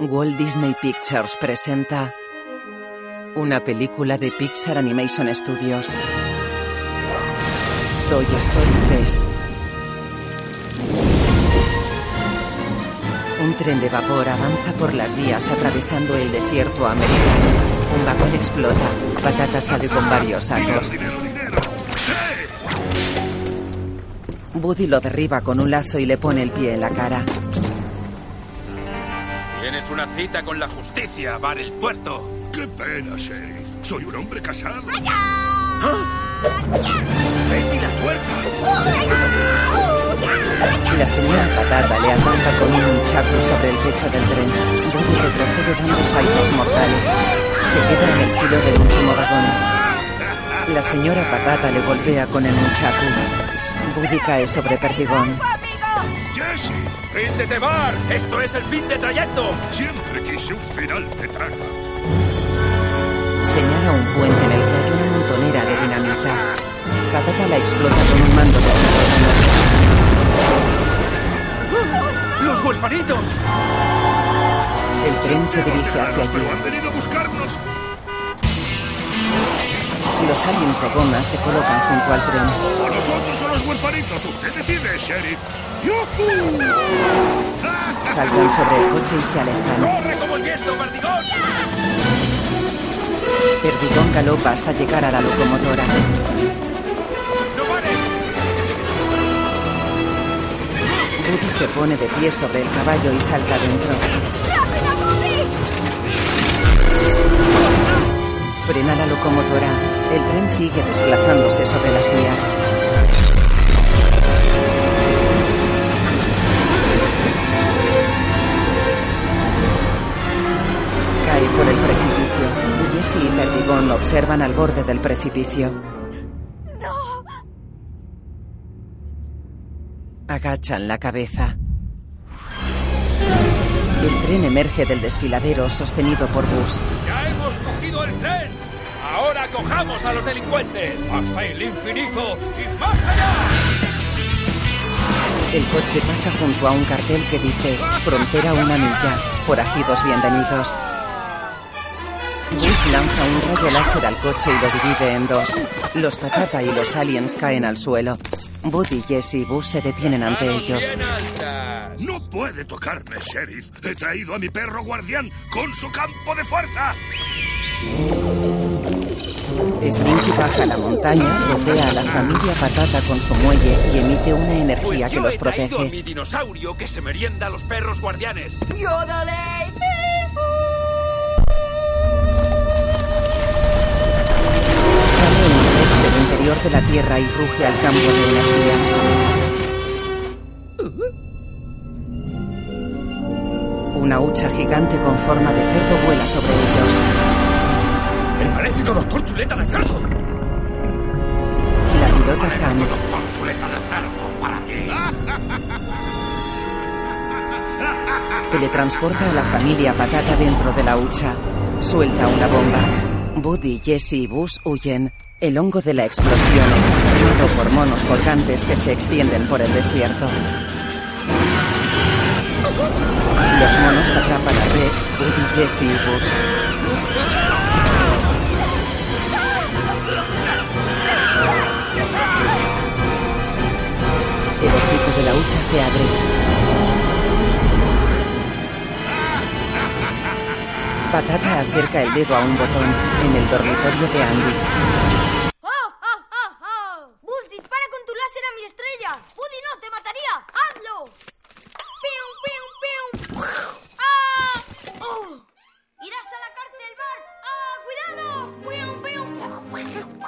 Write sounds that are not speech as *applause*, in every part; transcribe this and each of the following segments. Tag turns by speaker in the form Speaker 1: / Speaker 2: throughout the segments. Speaker 1: Walt Disney Pictures presenta una película de Pixar Animation Studios. Toy Story 3. Un tren de vapor avanza por las vías atravesando el desierto americano. Un vagón explota. Patata sale con varios sacos. Woody lo derriba con un lazo y le pone el pie en la cara.
Speaker 2: Tienes una cita con la justicia, Bar el Tuerto.
Speaker 3: ¡Qué pena, Sheriff! Soy un hombre casado.
Speaker 2: ¡Betty la Tuerta!
Speaker 1: La señora Patata le arranca con un hinchaco sobre el pecho del tren. Woody retrocede dando saltos mortales. Se queda en el filo del último vagón. La señora Patata le golpea con el hinchaco. Woody cae sobre Perdigón.
Speaker 3: ¡Jesse!
Speaker 2: ¡Ríndete, Bar! ¡Esto es el fin de trayecto!
Speaker 3: Siempre quise un final petraca.
Speaker 1: Señala un puente en el que hay una montonera de dinamita. Patata la explota con un mando de explosión.
Speaker 2: ¡Los huerfanitos!
Speaker 1: El tren se
Speaker 3: Hemos
Speaker 1: dirige hacia
Speaker 3: dejados,
Speaker 1: allí.
Speaker 3: pero han venido a buscarnos.
Speaker 1: Los aliens de goma se colocan junto al tren.
Speaker 3: O nosotros o los huerfanitos. Usted decide, Sheriff. ¡Yujú!
Speaker 1: Saltan sobre el coche y se alejan.
Speaker 2: ¡Corre como el viento, Bardigón!
Speaker 1: Perdigón galopa hasta llegar a la locomotora.
Speaker 2: ¡No pares!
Speaker 1: Woody se pone de pie sobre el caballo y salta dentro. Frena la locomotora. El tren sigue desplazándose sobre las vías. Cae por el precipicio. Jesse y Perdigón observan al borde del precipicio. Agachan la cabeza. El tren emerge del desfiladero sostenido por bus.
Speaker 2: ¡Ya hemos cogido el tren! ¡Ahora cojamos a los delincuentes! ¡Hasta el infinito y más allá!
Speaker 1: El coche pasa junto a un cartel que dice Frontera una milla. Forajidos bienvenidos. Bus lanza un rayo láser al coche y lo divide en dos. Los patata y los aliens caen al suelo. Woody, Jesse y Bus se detienen ante
Speaker 2: ¡Manos
Speaker 1: ellos.
Speaker 2: bien altas!
Speaker 3: No puede tocarme, Sheriff. He traído a mi perro guardián con su campo de fuerza.
Speaker 1: Slinky baja la montaña, rodea a la familia patata con su muelle y emite una
Speaker 2: Pues
Speaker 1: energía que
Speaker 2: yo
Speaker 1: los
Speaker 2: he traído a
Speaker 1: protege.
Speaker 2: mi dinosaurio que se merienda a los perros guardianes.
Speaker 4: ¡Yodolei!
Speaker 1: Sale un coche del interior de la Tierra y ruge al campo de energía. Una hucha gigante con forma de cerdo vuela sobre ellos.
Speaker 2: ¡El maléfico doctor Chuleta de Cerdo!
Speaker 1: La pilota Han
Speaker 2: ¡Doctor Chuleta de Cerdo, para ti!
Speaker 1: teletransporta a la familia patata dentro de la hucha. Suelta una bomba. Buddy, Jesse y Bus huyen. El hongo de la explosión está formado por monos colgantes que se extienden por el desierto. Los monos atrapan a Rex, Buddy, Jesse y Bus. El hocico de la hucha se abre. Patata acerca el dedo a un botón en el dormitorio de Andy.
Speaker 4: ¡Oh, oh, oh, oh! ¡Bus, dispara con tu láser a mi estrella! ¡Woody, no, te mataría! ¡Hazlo! ¡Pium, pium, pium! ¡Ah! ¡Oh! ¡Irás a la cárcel, Bart! ¡Ah, cuidado! ¡Pium, pium!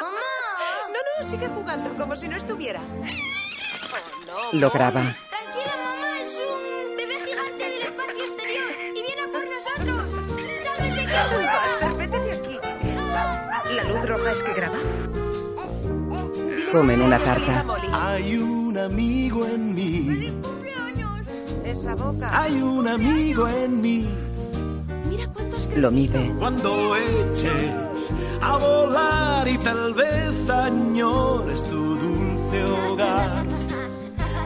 Speaker 4: ¡Mamá!
Speaker 5: No, no, sigue jugando como si no estuviera. Oh, no.
Speaker 1: Lo graba.
Speaker 4: Tranquila, mamá, es un bebé gigante del espacio exterior y viene a por nosotros. ¡Sálvese que
Speaker 5: Basta,
Speaker 4: pueda!
Speaker 5: vete de aquí.
Speaker 4: Ah.
Speaker 5: La luz roja es que graba.
Speaker 4: Oh,
Speaker 1: Comen una tarta.
Speaker 6: Hay un amigo en mí,
Speaker 4: ¡Cumpleaños!
Speaker 5: Esa boca.
Speaker 6: hay un amigo en mí.
Speaker 5: Mira cuántos
Speaker 1: Lo mide.
Speaker 6: Cuando eches a volar y tal vez añores tu dulce hogar,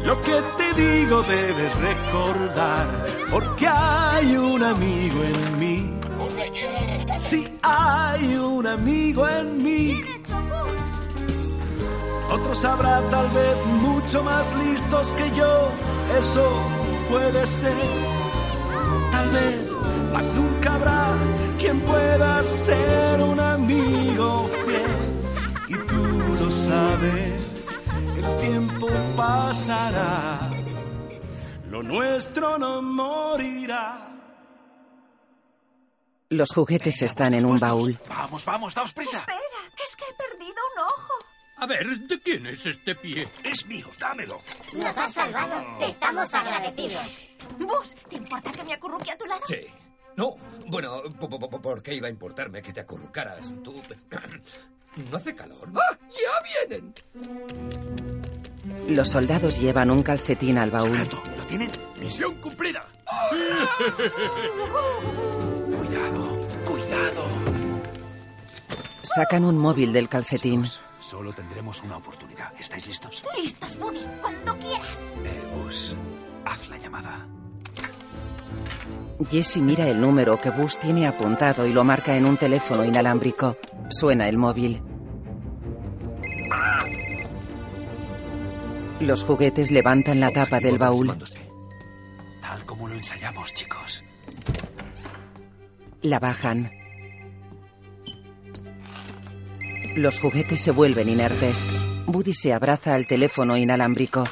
Speaker 6: lo que te
Speaker 7: te digo debes recordar, porque hay un amigo en mí. Sí, hay un amigo en mí. Otros habrá tal vez mucho más listos que yo, eso puede ser. Tal vez, mas nunca habrá quien pueda ser un amigo fiel. Y tú lo sabes, el tiempo pasará, lo nuestro no morirá.
Speaker 1: Los juguetes están en un baúl.
Speaker 8: Vamos, vamos, daos prisa.
Speaker 4: Espera, es que he perdido un ojo.
Speaker 8: A ver, ¿de quién es este pie?
Speaker 3: Es mío, dámelo.
Speaker 9: Nos has salvado. Te estamos agradecidos.
Speaker 4: Bus, ¿te importa que me acurruque a tu lado?
Speaker 10: Sí. No, bueno, po- po- po- ¿por qué iba a importarme que te acurrucaras? Tú... *clears throat* ¿No hace calor? ¡Ah! ¡Ya vienen!
Speaker 1: Los soldados llevan un calcetín al baúl.
Speaker 3: Gato, ¿lo tienen? Misión cumplida. cuidado, cuidado.
Speaker 1: Sacan un móvil del calcetín.
Speaker 3: Solo tendremos una oportunidad. ¿Estáis listos?
Speaker 11: Listos, Buddy, cuando quieras.
Speaker 3: Eh, Bus, haz la llamada.
Speaker 1: Jesse mira el número que Bus tiene apuntado y lo marca en un teléfono inalámbrico. Suena el móvil. Los juguetes levantan la tapa del baúl.
Speaker 3: Tal como lo ensayamos, chicos.
Speaker 1: La bajan. Los juguetes se vuelven inertes. Buddy se abraza al teléfono inalámbrico.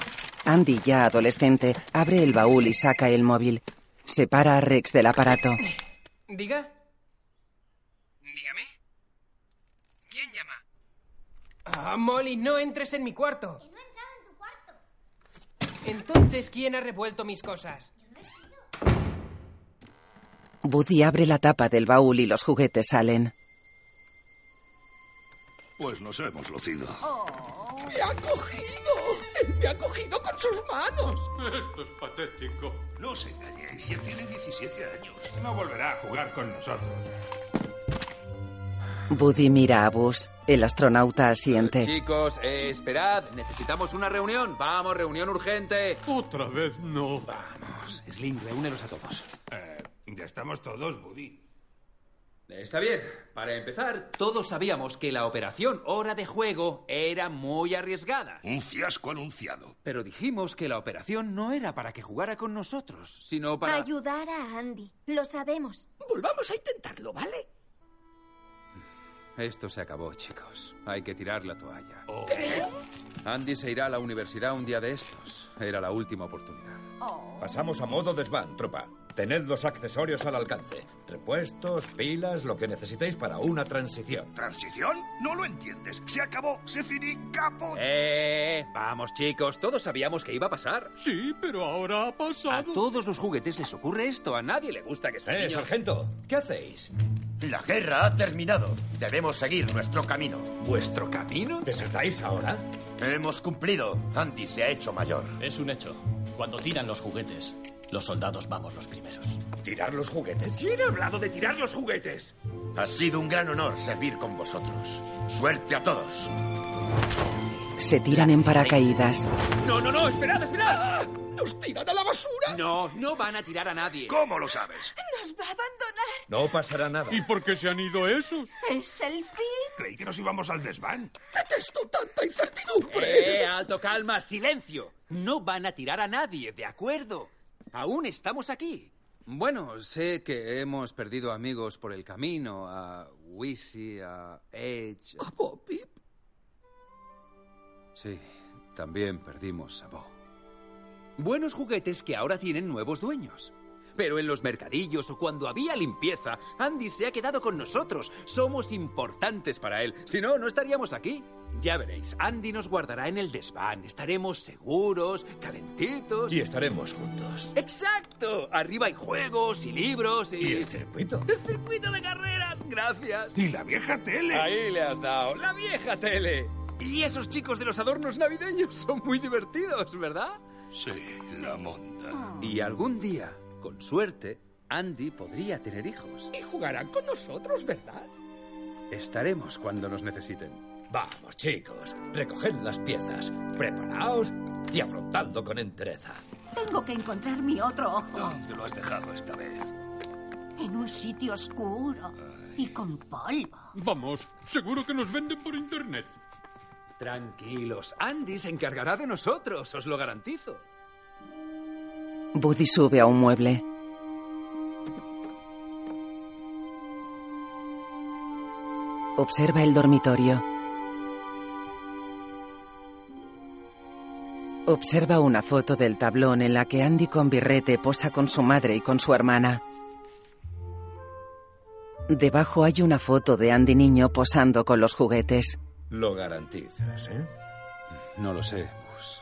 Speaker 1: Andy, ya adolescente, abre el baúl y saca el móvil. Separa a Rex del aparato.
Speaker 6: Diga. Dígame. ¿Quién llama? Ah, Molly, no entres en mi cuarto.
Speaker 11: No entraba en tu cuarto.
Speaker 6: Entonces, ¿quién ha revuelto mis cosas?
Speaker 1: Buddy abre la tapa del baúl y los juguetes salen.
Speaker 3: Pues nos hemos lucido.
Speaker 6: ¡Me ha cogido! ¡Me ha cogido con sus manos!
Speaker 12: Esto es patético.
Speaker 3: No os engañéis, ya tiene 17 años.
Speaker 12: No volverá a jugar con nosotros.
Speaker 1: Buddy mira a Bus. El astronauta asiente.
Speaker 2: Chicos, eh, esperad, necesitamos una reunión. Vamos, reunión urgente.
Speaker 12: Otra vez no.
Speaker 2: Vamos, Slim, reúnelos a todos.
Speaker 12: Eh, ya estamos todos, Buddy.
Speaker 2: Está bien. Para empezar, todos sabíamos que la operación Hora de Juego era muy arriesgada.
Speaker 3: Un fiasco anunciado.
Speaker 2: Pero dijimos que la operación no era para que jugara con nosotros, sino para...
Speaker 11: Ayudar a Andy. Lo sabemos.
Speaker 6: Volvamos a intentarlo, ¿vale?
Speaker 2: Esto se acabó, chicos. Hay que tirar la toalla. Andy se irá a la universidad un día de estos. Era la última oportunidad.
Speaker 10: Pasamos a modo desván, tropa. Tened los accesorios al alcance. Repuestos, pilas, lo que necesitéis para una transición.
Speaker 3: ¿Transición? No lo entiendes. Se acabó, se finicapó.
Speaker 2: ¡Eh! Vamos, chicos, todos sabíamos que iba a pasar.
Speaker 12: Sí, pero ahora ha
Speaker 2: A
Speaker 12: pasado.
Speaker 2: todos los juguetes les ocurre esto. A nadie le gusta que sus
Speaker 10: Eh,
Speaker 2: niños-
Speaker 10: sargento, ¿qué hacéis?
Speaker 13: La guerra ha terminado. Debemos seguir nuestro camino.
Speaker 2: ¿Vuestro camino?
Speaker 10: ¿Desertáis ahora?
Speaker 13: Hemos cumplido. Andy se ha hecho mayor.
Speaker 14: Es un hecho. Cuando tiran los juguetes, los soldados vamos los primeros.
Speaker 10: ¿Tirar los juguetes?
Speaker 3: ¿Quién ha hablado de tirar los juguetes?
Speaker 13: Ha sido un gran honor servir con vosotros. Suerte a todos.
Speaker 1: Se tiran en paracaídas.
Speaker 8: No, no, no, esperad, esperad.
Speaker 6: ¡Nos tiran a la basura!
Speaker 2: No, no van a tirar a nadie.
Speaker 3: ¿Cómo lo sabes?
Speaker 4: Nos va a abandonar.
Speaker 10: No pasará nada.
Speaker 12: ¿Y por qué se han ido esos?
Speaker 4: Es el fin.
Speaker 3: Creí que nos íbamos al desván.
Speaker 6: ¡Detesto tanta incertidumbre!
Speaker 2: ¡Eh, alto, calma, silencio! No van a tirar a nadie, ¿de acuerdo? Aún estamos aquí. Bueno, sé que hemos perdido amigos por el camino, a Wisi, a Edge.
Speaker 6: ¿A Bobby?
Speaker 2: Sí, también perdimos a Bo. Buenos juguetes que ahora tienen nuevos dueños. Pero en los mercadillos o cuando había limpieza, Andy se ha quedado con nosotros. Somos importantes para él. Si no, no estaríamos aquí. Ya veréis, Andy nos guardará en el desván. Estaremos seguros, calentitos.
Speaker 10: Y estaremos juntos.
Speaker 2: ¡Exacto! Arriba hay juegos y libros y...
Speaker 10: ¿Y el circuito?
Speaker 2: ¡El circuito de carreras! ¡Gracias!
Speaker 3: Y la vieja tele.
Speaker 2: Ahí le has dado. ¡La vieja tele! Y esos chicos de los adornos navideños son muy divertidos, ¿verdad?
Speaker 3: Sí, la monta.
Speaker 2: Y algún día, con suerte, Andy podría tener hijos.
Speaker 6: Y jugarán con nosotros, ¿verdad?
Speaker 2: Estaremos cuando nos necesiten.
Speaker 10: Vamos, chicos, recoged las piezas, preparaos y afrontadlo con entereza.
Speaker 15: Tengo que encontrar mi otro ojo.
Speaker 16: ¿Dónde lo has dejado esta vez?
Speaker 15: En un sitio oscuro y con polvo.
Speaker 12: Vamos, seguro que nos venden por internet.
Speaker 2: Tranquilos, Andy se encargará de nosotros, os lo garantizo.
Speaker 1: Buddy sube a un mueble. Observa el dormitorio. Observa una foto del tablón en la que Andy con birrete posa con su madre y con su hermana. Debajo hay una foto de Andy niño posando con los juguetes.
Speaker 10: Lo garantizas, ¿eh?
Speaker 2: No lo sé, Bus.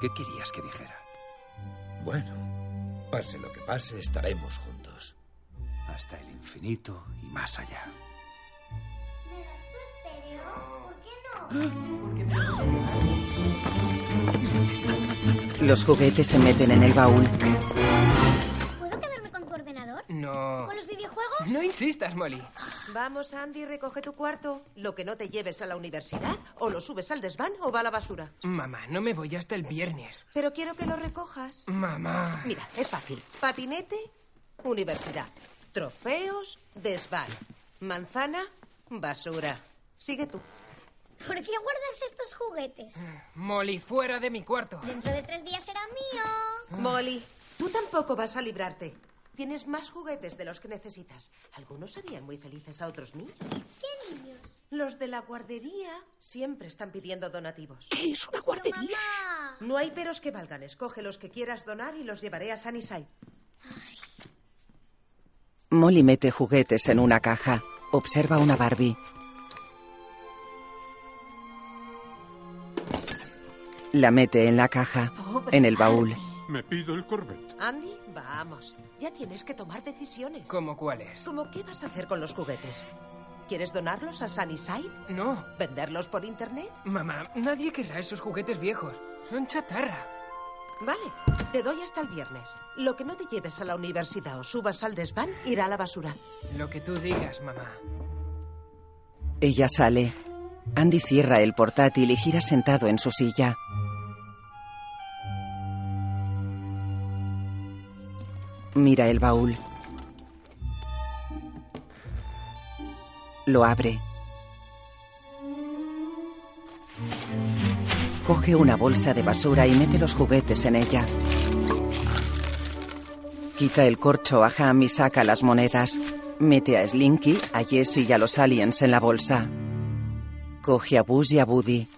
Speaker 2: ¿Qué querías que dijera?
Speaker 10: Bueno, pase lo que pase, estaremos juntos.
Speaker 2: Hasta el infinito y más allá.
Speaker 1: Los juguetes se meten en el baúl.
Speaker 17: ¿Puedo quedarme con tu ordenador?
Speaker 18: No.
Speaker 17: ¿Con los videojuegos?
Speaker 18: No insistas, Molly.
Speaker 4: Vamos, Andy, recoge tu cuarto. Lo que no te lleves a la universidad, o lo subes al desván o va a la basura.
Speaker 18: Mamá, no me voy hasta el viernes.
Speaker 4: Pero quiero que lo recojas.
Speaker 18: Mamá.
Speaker 4: Mira, es fácil. Patinete, universidad. Trofeos, desván. Manzana, basura. Sigue tú.
Speaker 17: ¿Por qué guardas estos juguetes?
Speaker 18: Molly, fuera de mi cuarto. Ah.
Speaker 17: Dentro de tres días será mío.
Speaker 4: Molly, tú tampoco vas a librarte. Tienes más juguetes de los que necesitas. Algunos harían muy felices a otros niños.
Speaker 17: ¿Qué niños?
Speaker 4: Los de la guardería siempre están pidiendo donativos.
Speaker 18: ¿Qué es una guardería?
Speaker 17: Mamá.
Speaker 4: No hay peros que valgan. Escoge los que quieras donar y los llevaré a Sunnyside.
Speaker 17: Ay.
Speaker 1: Molly mete juguetes en una caja. Observa una Barbie. La mete en la caja,
Speaker 4: Pobre
Speaker 1: en el baúl.
Speaker 12: Me pido el Corvette.
Speaker 4: Andy, vamos. Ya tienes que tomar decisiones.
Speaker 18: ¿Cómo cuáles?
Speaker 4: ¿Cómo qué vas a hacer con los juguetes? ¿Quieres donarlos a Sunnyside?
Speaker 18: No.
Speaker 4: ¿Venderlos por internet?
Speaker 18: Mamá, nadie querrá esos juguetes viejos. Son chatarra.
Speaker 4: Vale, te doy hasta el viernes. Lo que no te lleves a la universidad o subas al desván irá a la basura.
Speaker 18: Lo que tú digas, mamá.
Speaker 1: Ella sale. Andy cierra el portátil y gira sentado en su silla. Mira el baúl. Lo abre. Coge una bolsa de basura y mete los juguetes en ella. Quita el corcho a Ham y saca las monedas. Mete a Slinky, a Jessie y a los aliens en la bolsa. Coge a Buzz y a Buddy.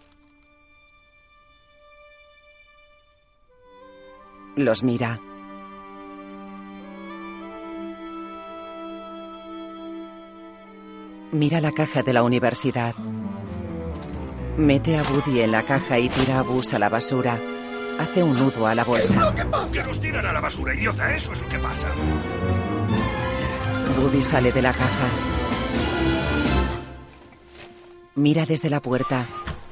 Speaker 1: Los mira. Mira la caja de la universidad. Mete a Buddy en la caja y tira a Buzz a la basura. Hace un nudo a la bolsa.
Speaker 3: ¿Qué pasa? Que nos tiran a la basura, idiota. Eso es lo que pasa.
Speaker 1: Buddy sale de la caja. Mira desde la puerta.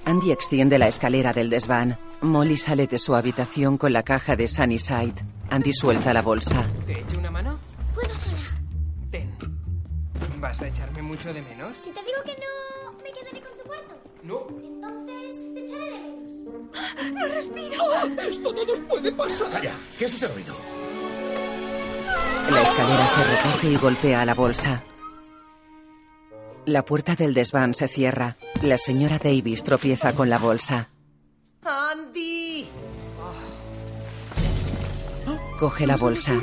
Speaker 1: Andy extiende la escalera del desván. Molly sale de su habitación con la caja de Sunnyside. Andy suelta la bolsa.
Speaker 18: ¿Te echo una mano?
Speaker 17: Puedo sola.
Speaker 18: Ten. ¿Vas a echarme mucho de menos?
Speaker 17: Si te digo que no, me quedaré con tu cuarto.
Speaker 18: No.
Speaker 17: Entonces, te echaré de menos.
Speaker 2: ¡Ah!
Speaker 4: ¡No respiro!
Speaker 6: ¡Ah! ¡Esto no nos puede pasar!
Speaker 13: Calla, ¿qué es ese ruido?
Speaker 1: La escalera se recoge y golpea a la bolsa. La puerta del desván se cierra. La señora Davis tropieza con la bolsa.
Speaker 4: ¡Andy!
Speaker 1: Coge la bolsa.
Speaker 6: ¡No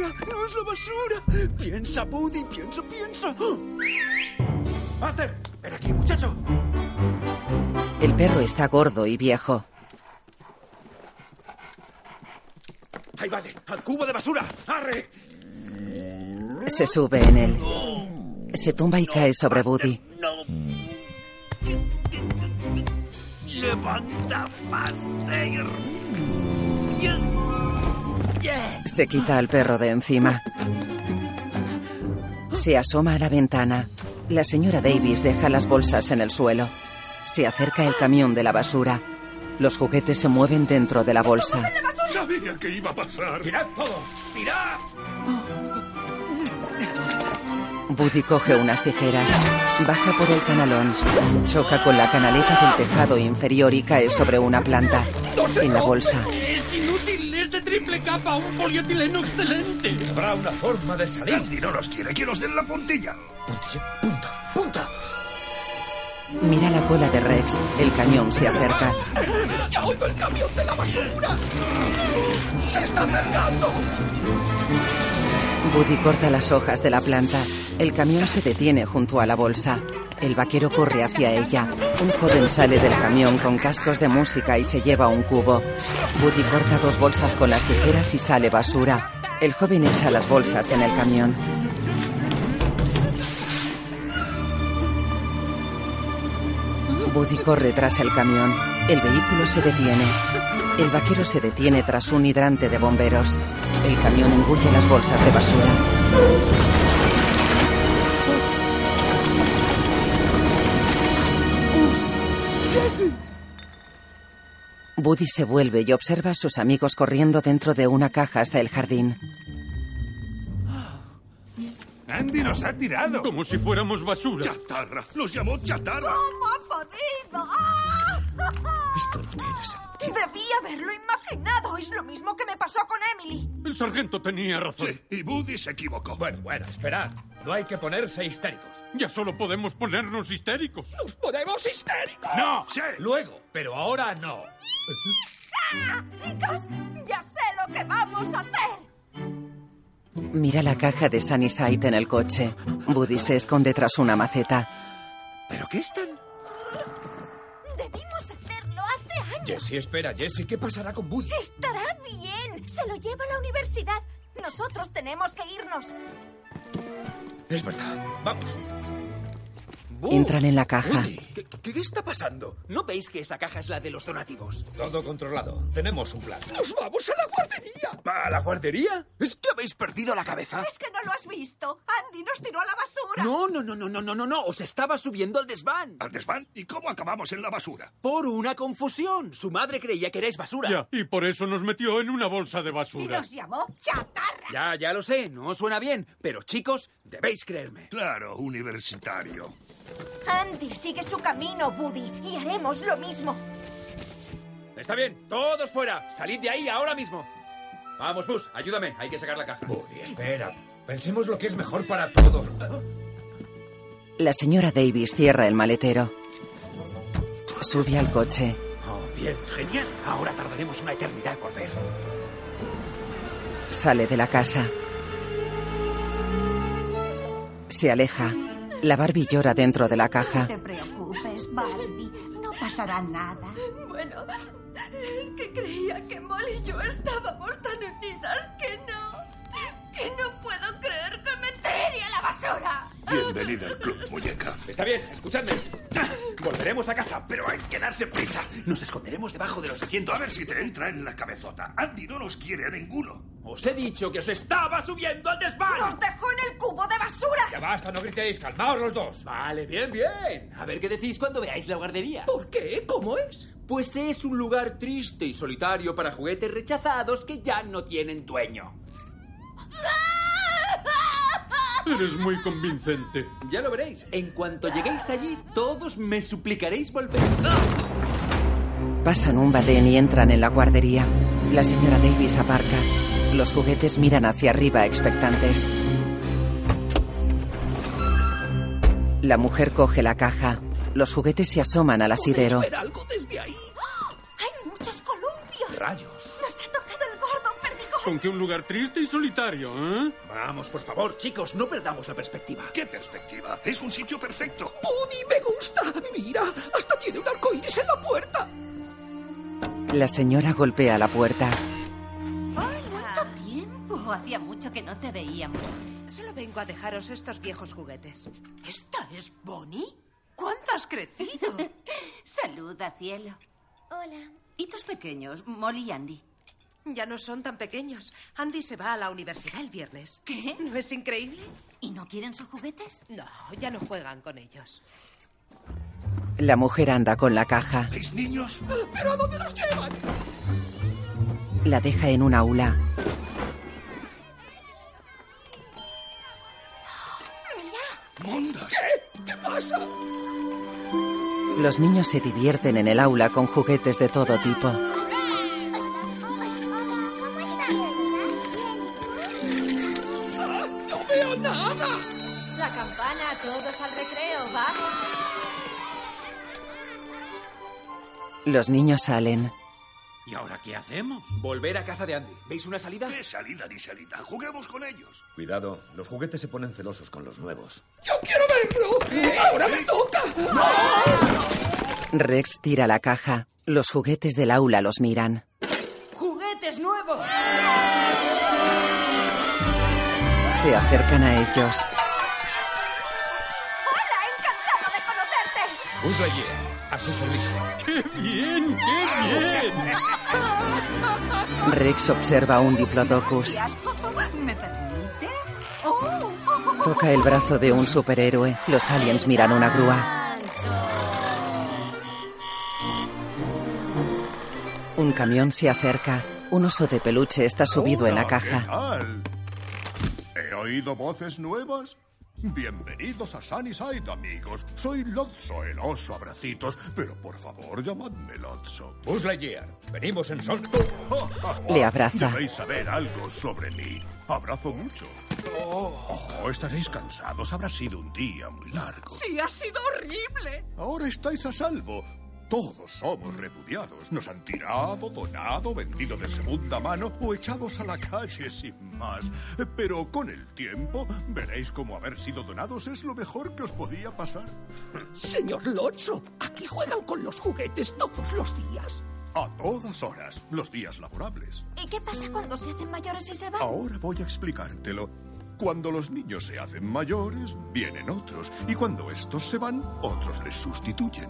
Speaker 6: es la basura! ¡Piensa, Buddy! ¡Piensa, piensa! ¡Ah!
Speaker 10: ¡Buster! ¡Ven aquí, muchacho!
Speaker 1: El perro está gordo y viejo.
Speaker 10: ¡Ahí vale! ¡Al cubo de basura! ¡Arre!
Speaker 1: Se sube en él. Se tumba y cae sobre Buddy.
Speaker 16: No. Levanta, Buster.
Speaker 1: Se quita al perro de encima. Se asoma a la ventana. La señora Davis deja las bolsas en el suelo. Se acerca el camión de la basura. Los juguetes se mueven dentro de la bolsa.
Speaker 3: Sabía que iba a
Speaker 10: Pues
Speaker 3: pasar. Oh.
Speaker 10: ¡Tirad todos! ¡Tirad!
Speaker 1: Buddy coge unas tijeras, baja por el canalón, choca con la canaleta del tejado inferior y cae sobre una planta.
Speaker 6: ¡No se
Speaker 1: En la
Speaker 6: rompe!
Speaker 1: bolsa.
Speaker 6: ¡Es inútil! ¡Es de triple de capa! ¡Un polietileno excelente!
Speaker 10: Habrá una forma de salir.
Speaker 3: Andy no los quiere, que los den la puntilla.
Speaker 10: Puntilla, punta, punta.
Speaker 1: Mira la cola de Rex. El cañón se acerca.
Speaker 6: ¡Ya oigo el camión de la basura! ¡Se está acercando!
Speaker 1: Buddy corta las hojas de la planta. El camión se detiene junto a la bolsa. El vaquero corre hacia ella. Un joven sale del camión con cascos de música y se lleva un cubo. Buddy corta dos bolsas con las tijeras y sale basura. El joven echa las bolsas en el camión. Buddy corre tras el camión. El vehículo se detiene. El vaquero se detiene tras un hidrante de bomberos. El camión engulle las bolsas de basura.
Speaker 6: ¡Jesse!
Speaker 1: Buddy se vuelve y observa a sus amigos corriendo dentro de una caja hasta el jardín.
Speaker 12: Andy nos ha tirado. Como si fuéramos basura.
Speaker 3: Chatarra. Los llamó chatarra.
Speaker 11: ¿Cómo ha podido? ¡Ah! *laughs*
Speaker 10: Esto no tiene sentido.
Speaker 11: Debí haberlo imaginado. Es lo mismo que me pasó con Emily.
Speaker 12: El sargento tenía razón.
Speaker 3: Sí, y Buddy se equivocó.
Speaker 10: Bueno, bueno, esperad. No hay que ponerse histéricos.
Speaker 12: Ya solo podemos ponernos histéricos.
Speaker 6: ¡Nos podemos histéricos!
Speaker 10: ¡No! Sí. Luego, pero ahora no.
Speaker 11: ¡Ah! Chicos, ya sé lo que vamos a hacer.
Speaker 1: Mira la caja de Sunnyside en el coche. Buddy se esconde tras una maceta.
Speaker 10: ¿Pero qué están?
Speaker 11: Debimos hacerlo hace años.
Speaker 10: Jesse, espera, Jesse, ¿qué pasará con Buddy?
Speaker 11: Estará bien. Se lo lleva a la universidad. Nosotros tenemos que irnos.
Speaker 10: Es verdad. Vamos.
Speaker 1: Entran en la caja.
Speaker 2: ¿Qué, ¿Qué está pasando? ¿No veis que esa caja es la de los donativos?
Speaker 10: Todo controlado. Tenemos un plan.
Speaker 6: ¡Nos vamos a la guardería!
Speaker 10: ¿A la guardería?
Speaker 2: ¿Es que habéis perdido la cabeza?
Speaker 11: Es que no lo has visto. Andy nos tiró a la basura.
Speaker 2: No, no, no, no, no, no, no, no. Os estaba subiendo al desván.
Speaker 3: ¿Al desván? ¿Y cómo acabamos en la basura?
Speaker 2: Por una confusión. Su madre creía que erais basura.
Speaker 12: Ya, y por eso nos metió en una bolsa de basura.
Speaker 11: Y nos llamó chatarra.
Speaker 2: Ya, ya lo sé. No suena bien. Pero chicos, debéis creerme.
Speaker 3: Claro, universitario.
Speaker 11: Andy sigue su camino, Buddy, y haremos lo mismo.
Speaker 2: Está bien, todos fuera. Salid de ahí ahora mismo. Vamos, Bus, ayúdame. Hay que sacar la caja.
Speaker 10: Buddy, espera. Pensemos lo que es mejor para todos.
Speaker 1: La señora Davis cierra el maletero. Sube al coche.
Speaker 2: Oh, bien, genial. Ahora tardaremos una eternidad en volver.
Speaker 1: Sale de la casa. Se aleja. La Barbie llora dentro de la caja.
Speaker 15: No te preocupes, Barbie. No pasará nada.
Speaker 19: Bueno, es que creía que Molly y yo estábamos tan unidas que no. que no puedo creer que me tiré a la basura.
Speaker 3: Bienvenida al club, muñeca.
Speaker 2: Está bien, escuchadme. Volveremos a casa, pero hay que darse prisa. Nos esconderemos debajo de los asientos.
Speaker 3: A ver si te entra en la cabezota. Andy no nos quiere a ninguno.
Speaker 2: Os he dicho que os estaba subiendo al desván.
Speaker 11: ¡Nos dejó en el cubo de basura!
Speaker 10: Ya basta, no gritéis, calmaos los dos.
Speaker 2: Vale, bien, bien. A ver qué decís cuando veáis la guardería.
Speaker 6: ¿Por qué? ¿Cómo es?
Speaker 2: Pues es un lugar triste y solitario para juguetes rechazados que ya no tienen dueño.
Speaker 12: Eres muy convincente.
Speaker 2: Ya lo veréis. En cuanto lleguéis allí, todos me suplicaréis volver.
Speaker 1: Pasan un badén y entran en la guardería. La señora Davis aparca. Los juguetes miran hacia arriba expectantes. La mujer coge la caja. Los juguetes se asoman al asidero.
Speaker 6: ver algo desde ahí?
Speaker 11: ¡Oh! ¡Hay muchos columpios!
Speaker 10: ¡Rayos!
Speaker 11: ¡Nos ha tocado el gordo perdigón!
Speaker 12: Con que un lugar triste y solitario, ¿eh?
Speaker 2: Vamos, por favor, chicos, no perdamos la perspectiva.
Speaker 3: ¿Qué perspectiva? Es un sitio perfecto.
Speaker 6: ¡Pudi, me gusta! ¡Mira! ¡Hasta tiene un arco iris en la puerta!
Speaker 1: La señora golpea la puerta.
Speaker 20: ¿Cuánto tiempo? Hacía mucho que no te veíamos.
Speaker 4: Solo vengo a dejaros estos viejos juguetes.
Speaker 15: ¿Esta es Bonnie? ¿Cuánto has crecido?
Speaker 20: *laughs* Saluda, cielo.
Speaker 17: Hola.
Speaker 20: ¿Y tus pequeños, Molly y Andy?
Speaker 4: Ya no son tan pequeños. Andy se va a la universidad el viernes.
Speaker 20: ¿Qué?
Speaker 4: ¿No es increíble?
Speaker 20: ¿Y no quieren sus juguetes?
Speaker 4: No, ya no juegan con ellos.
Speaker 1: La mujer anda con la caja.
Speaker 3: ¿Veis, niños?
Speaker 6: ¿Pero a dónde nos llevan?
Speaker 1: La deja en un aula.
Speaker 3: ¡Mondas!
Speaker 6: ¿Qué? ¿Qué pasa?
Speaker 1: Los niños se divierten en el aula con juguetes de todo tipo.
Speaker 17: Hola, hola, ¿cómo estás?
Speaker 6: nada.
Speaker 19: La campana, todos al recreo, vamos.
Speaker 1: Los niños salen.
Speaker 2: ¿Y ahora qué hacemos? Volver a casa de Andy. ¿Veis una salida?
Speaker 3: ¿Qué salida ni salida? Juguemos con ellos.
Speaker 10: Cuidado, los juguetes se ponen celosos con los nuevos.
Speaker 6: ¡Yo quiero verlo! ¡Ahora me toca!
Speaker 1: Rex tira la caja. Los juguetes del aula los miran.
Speaker 4: ¡Juguetes nuevos!
Speaker 1: Se acercan a ellos.
Speaker 19: ¡Hola! ¡Encantado de conocerte!
Speaker 10: Usa a su servicio.
Speaker 12: ¡Qué bien! ¡Qué bien!
Speaker 1: Rex observa un diplodocus.
Speaker 15: ¡Qué asco! ¿Me permite? ¡Oh!
Speaker 1: Toca el brazo de un superhéroe. Los aliens miran una grúa. Un camión se acerca. Un oso de peluche está subido en la
Speaker 3: Hola,
Speaker 1: caja.
Speaker 3: ¿Qué tal? ¿He oído voces nuevas? Bienvenidos a Sunnyside, amigos. Soy Lotso, el oso abracitos, pero por favor, llamadme Lotso.
Speaker 10: Buzz Lightyear, venimos en
Speaker 3: *laughs*
Speaker 10: sol.
Speaker 1: Le abraza.
Speaker 3: Debéis saber algo sobre mí. Abrazo mucho. Oh, estaréis cansados. Habrá sido un día muy largo.
Speaker 6: Sí, ha sido horrible.
Speaker 3: Ahora estáis a salvo. Todos somos repudiados. Nos han tirado, donado, vendido de segunda mano o echados a la calle sin más. Pero con el tiempo veréis cómo haber sido donados es lo mejor que os podía pasar.
Speaker 6: Señor Lotso, aquí juegan con los juguetes todos los días.
Speaker 3: A todas horas, los días laborables.
Speaker 11: ¿Y qué pasa cuando se hacen mayores y se van?
Speaker 3: Ahora voy a explicártelo. Cuando los niños se hacen mayores, vienen otros. Y cuando estos se van, otros les sustituyen.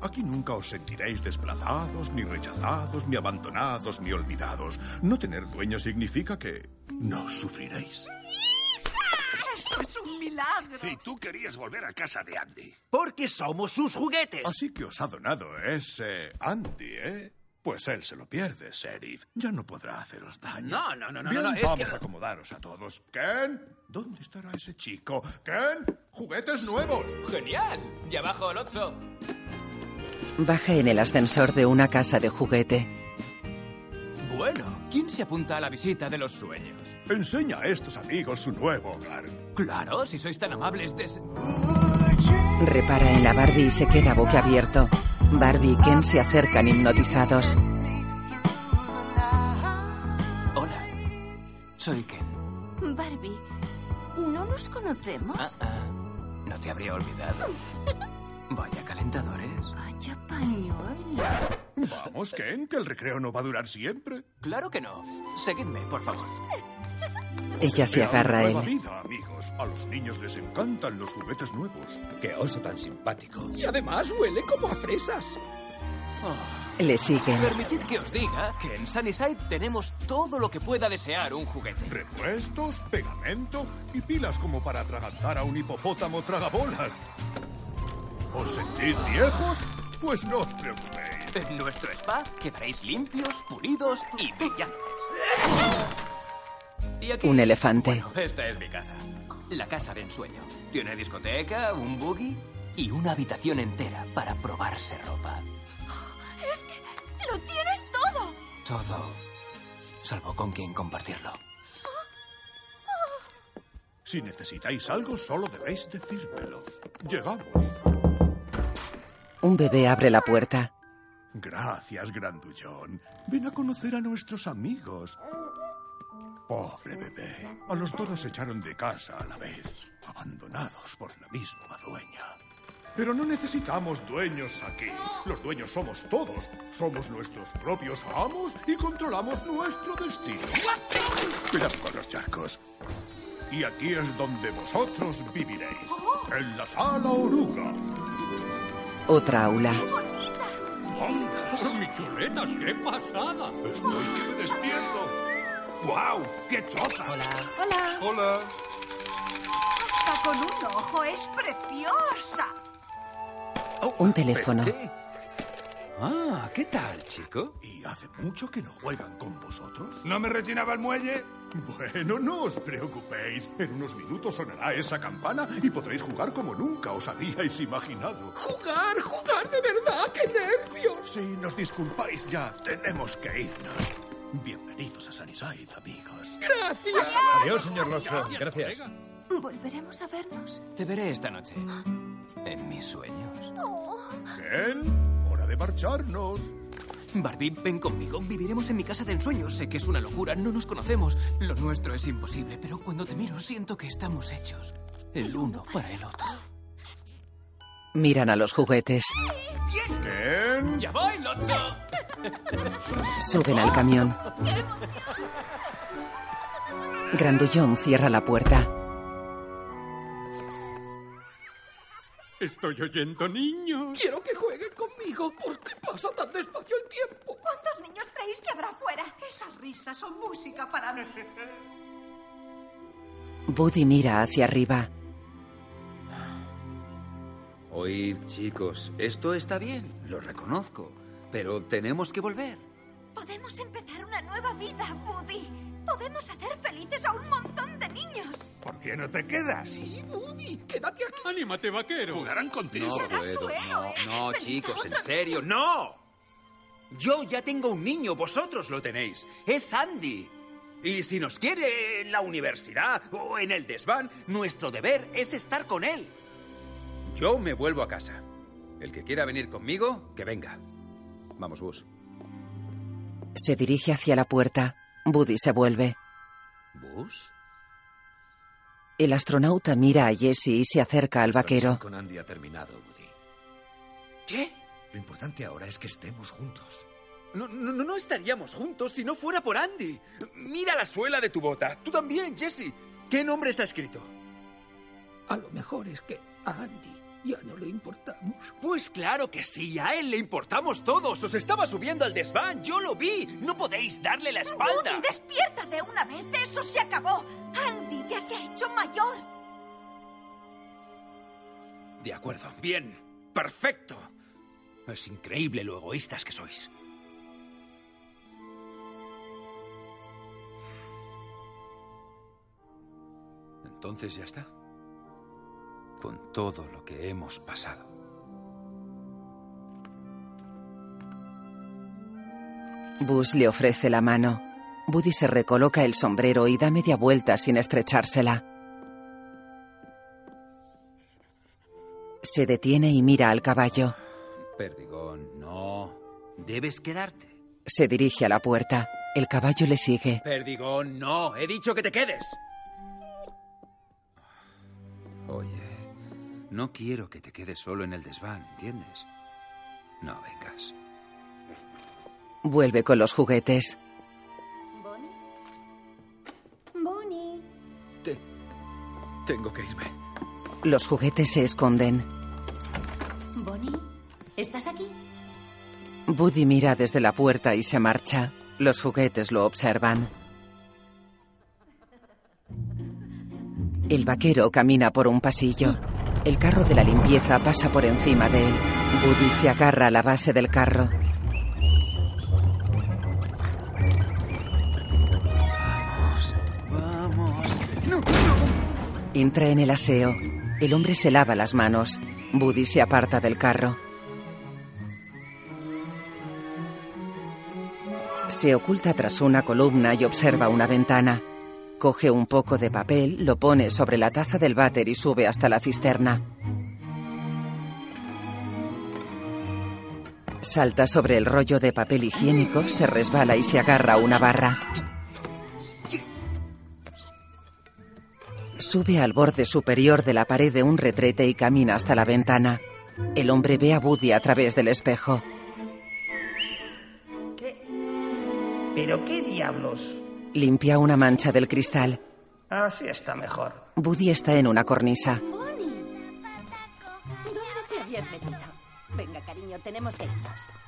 Speaker 3: Aquí nunca os sentiréis desplazados, ni rechazados, ni abandonados, ni olvidados. No tener dueño significa que no sufriréis.
Speaker 15: ¡Esto es un milagro!
Speaker 3: Y tú querías volver a casa de Andy.
Speaker 21: Porque somos sus juguetes.
Speaker 3: Así que os ha donado ese Andy, ¿eh? Pues él se lo pierde, Sheriff. Ya no podrá haceros daño.
Speaker 21: No, no, no, no,
Speaker 3: Bien,
Speaker 21: no, es
Speaker 3: vamos
Speaker 21: que-
Speaker 3: a acomodaros a todos. Ken, ¿dónde estará ese chico? Ken, juguetes nuevos.
Speaker 22: ¡Genial! Y abajo, Lotso.
Speaker 1: Baja en el ascensor de una casa de juguete.
Speaker 22: Bueno, ¿quién se apunta a la visita de los sueños?
Speaker 3: Enseña a estos amigos su nuevo hogar.
Speaker 22: Claro, si sois tan amables de... s-
Speaker 1: Repara en la Barbie y se queda boquiabierto. Barbie y Ken se acercan hipnotizados.
Speaker 22: Hola, soy Ken.
Speaker 20: Barbie, ¿no nos conocemos?
Speaker 22: Ah, ah, no te habría olvidado. Vaya calentadores.
Speaker 20: Vaya pañuelo.
Speaker 3: Vamos, Ken, que el recreo no va a durar siempre.
Speaker 22: Claro que no. Seguidme, por favor.
Speaker 1: Ella se agarra a
Speaker 3: Nueva
Speaker 1: él.
Speaker 3: vida, amigos. A los niños les encantan los juguetes nuevos.
Speaker 10: Qué oso tan simpático.
Speaker 6: Y además huele como a fresas.
Speaker 3: Ah.
Speaker 1: Le siguen.
Speaker 22: Permitid que os diga que en Sunnyside tenemos todo lo que pueda desear un juguete.
Speaker 3: Repuestos, pegamento y pilas como para atragantar a un hipopótamo tragabolas. ¿Os sentís viejos? Pues no os preocupéis.
Speaker 22: En nuestro spa quedaréis limpios, pulidos y brillantes. Y aquí-
Speaker 1: Un elefante.
Speaker 22: Bueno, esta es mi casa. La casa de ensueño. Tiene discoteca, un buggy y una habitación entera para probarse ropa.
Speaker 19: Es que lo tienes todo.
Speaker 22: Todo. Salvo con quien compartirlo.
Speaker 3: Si necesitáis algo, solo debéis decírmelo. Llegamos.
Speaker 1: Un bebé abre la puerta.
Speaker 3: Gracias, grandullón. Ven a conocer a nuestros amigos. Pobre bebé. A los dos los echaron de casa a la vez, abandonados por la misma dueña. Pero no necesitamos dueños aquí. Los dueños somos todos. Somos nuestros propios amos y controlamos nuestro destino. Cuidado con los charcos. Y aquí es donde vosotros viviréis. En la sala oruga.
Speaker 1: Otra aula.
Speaker 12: ¡Ondas! ¡Mi chuletas! ¡Qué pasada!
Speaker 3: Estoy que me despierto.
Speaker 12: ¡Guau! ¡Qué choza!
Speaker 15: Hola.
Speaker 3: Hola.
Speaker 15: Hasta con un ojo es preciosa.
Speaker 1: Un teléfono.
Speaker 22: Ah, ¿qué tal, chico?
Speaker 3: ¿Y hace mucho que no juegan con vosotros?
Speaker 12: ¿No me rechinaba el muelle?
Speaker 3: Bueno, no os preocupéis. En unos minutos sonará esa campana y podréis jugar como nunca os habíais imaginado.
Speaker 6: Jugar, jugar de verdad, qué nervios.
Speaker 3: Si nos disculpáis ya, tenemos que irnos. Bienvenidos a Sunnyside, amigos.
Speaker 6: Gracias.
Speaker 10: Adiós, señor Lotso. Gracias.
Speaker 19: ¿Volveremos a vernos?
Speaker 22: Te veré esta noche. En mis sueños.
Speaker 3: Bien, hora de marcharnos.
Speaker 22: Barbie, ven conmigo. Viviremos en mi casa de ensueños. Sé que es una locura. No nos conocemos. Lo nuestro es imposible. Pero cuando te miro, siento que estamos hechos. El uno para el otro.
Speaker 1: Miran a los juguetes.
Speaker 3: Bien.
Speaker 22: ¡Ya voy, Lotso!
Speaker 1: Suben al camión. Grandullón cierra la puerta.
Speaker 12: Estoy oyendo niños.
Speaker 6: Quiero que jueguen conmigo. ¿Por qué pasa tan despacio el tiempo?
Speaker 15: ¿Cuántos niños creéis que habrá fuera? Esas risas son música para mí.
Speaker 1: Buddy mira hacia arriba.
Speaker 2: Oíd, chicos, esto está bien, lo reconozco. Pero tenemos que volver.
Speaker 15: Podemos empezar una nueva vida, Buddy. Podemos hacer felices a un montón de niños.
Speaker 12: ¿Por qué no te quedas?
Speaker 6: Sí, Buddy, quédate aquí.
Speaker 12: Anímate, vaquero.
Speaker 16: Jugarán contigo.
Speaker 15: No Serás su
Speaker 2: puedo,
Speaker 3: eh,
Speaker 22: ¿eh?
Speaker 15: héroe.
Speaker 2: No, no,
Speaker 15: Eres
Speaker 2: chicos, eh. en
Speaker 15: feliz.
Speaker 2: serio, no. Yo ya tengo un niño, vosotros lo tenéis. Es Andy. Y si nos quiere en la universidad o en el desván, nuestro deber es estar con él. Yo me vuelvo a casa. El que quiera venir conmigo, que venga. Vamos, Bus.
Speaker 1: Se dirige hacia la puerta. Buddy se vuelve.
Speaker 2: ¿Bus?
Speaker 1: El astronauta mira a Jesse y se acerca al vaquero.
Speaker 13: Con Andy ha terminado, Woody.
Speaker 2: ¿Qué?
Speaker 13: Lo importante ahora es que estemos juntos.
Speaker 2: No, no, no no estaríamos juntos si no fuera por Andy. Mira la suela de tu bota. Tú también, Jesse. ¿Qué nombre está escrito?
Speaker 6: A lo mejor es que a Andy ya no le importamos.
Speaker 2: Pues claro que sí, a él le importamos todos. Os estaba subiendo al desván, yo lo vi. No podéis darle la espalda.
Speaker 15: Buddy, despierta de una vez. Eso se acabó. Andy ya se ha hecho mayor.
Speaker 2: De acuerdo, bien, perfecto. Es increíble lo egoístas que sois. Entonces ya está. Con todo lo que hemos pasado.
Speaker 1: Bus le ofrece la mano. Buddy se recoloca el sombrero y da media vuelta sin estrechársela. Se detiene y mira al caballo.
Speaker 2: Perdigón, no. Debes quedarte.
Speaker 1: Se dirige a la puerta. El caballo le sigue.
Speaker 2: Perdigón, no. He dicho que te quedes. Oye, no quiero que te quedes solo en el desván, ¿entiendes? No vengas.
Speaker 1: Vuelve con los juguetes.
Speaker 17: Bonnie. Bonnie.
Speaker 2: Tengo que irme.
Speaker 1: Los juguetes se esconden.
Speaker 20: Bonnie, ¿estás aquí?
Speaker 1: Buddy mira desde la puerta y se marcha. Los juguetes lo observan. El vaquero camina por un pasillo. El carro de la limpieza pasa por encima de él. Buddy se agarra a la base del carro.
Speaker 2: Vamos.
Speaker 1: Entra en el aseo. El hombre se lava las manos. Buddy se aparta del carro. Se oculta tras una columna y observa una ventana. Coge un poco de papel, lo pone sobre la taza del váter y sube hasta la cisterna. Salta sobre el rollo de papel higiénico, se resbala y se agarra a una barra. Sube al borde superior de la pared de un retrete y camina hasta la ventana. El hombre ve a Buddy a través del espejo.
Speaker 16: ¿Pero qué diablos?
Speaker 1: Limpia una mancha del cristal.
Speaker 16: Así está mejor.
Speaker 1: Buddy está en una cornisa.
Speaker 20: ¿Dónde te habías metido? Venga, cariño, tenemos que irnos.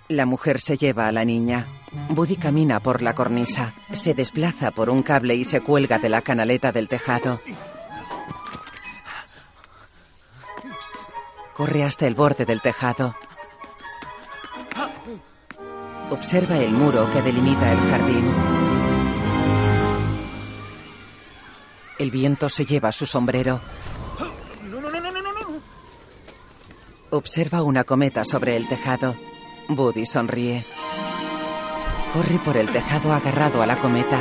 Speaker 1: La mujer se lleva a la niña. Buddy camina por la cornisa. Se desplaza por un cable y se cuelga de la canaleta del tejado. Corre hasta el borde del tejado. Observa el muro que delimita el jardín. El viento se lleva su sombrero.
Speaker 2: No, no, no, no, no, no, no.
Speaker 1: Observa una cometa sobre el tejado. Buddy sonríe. Corre por el tejado agarrado a la cometa.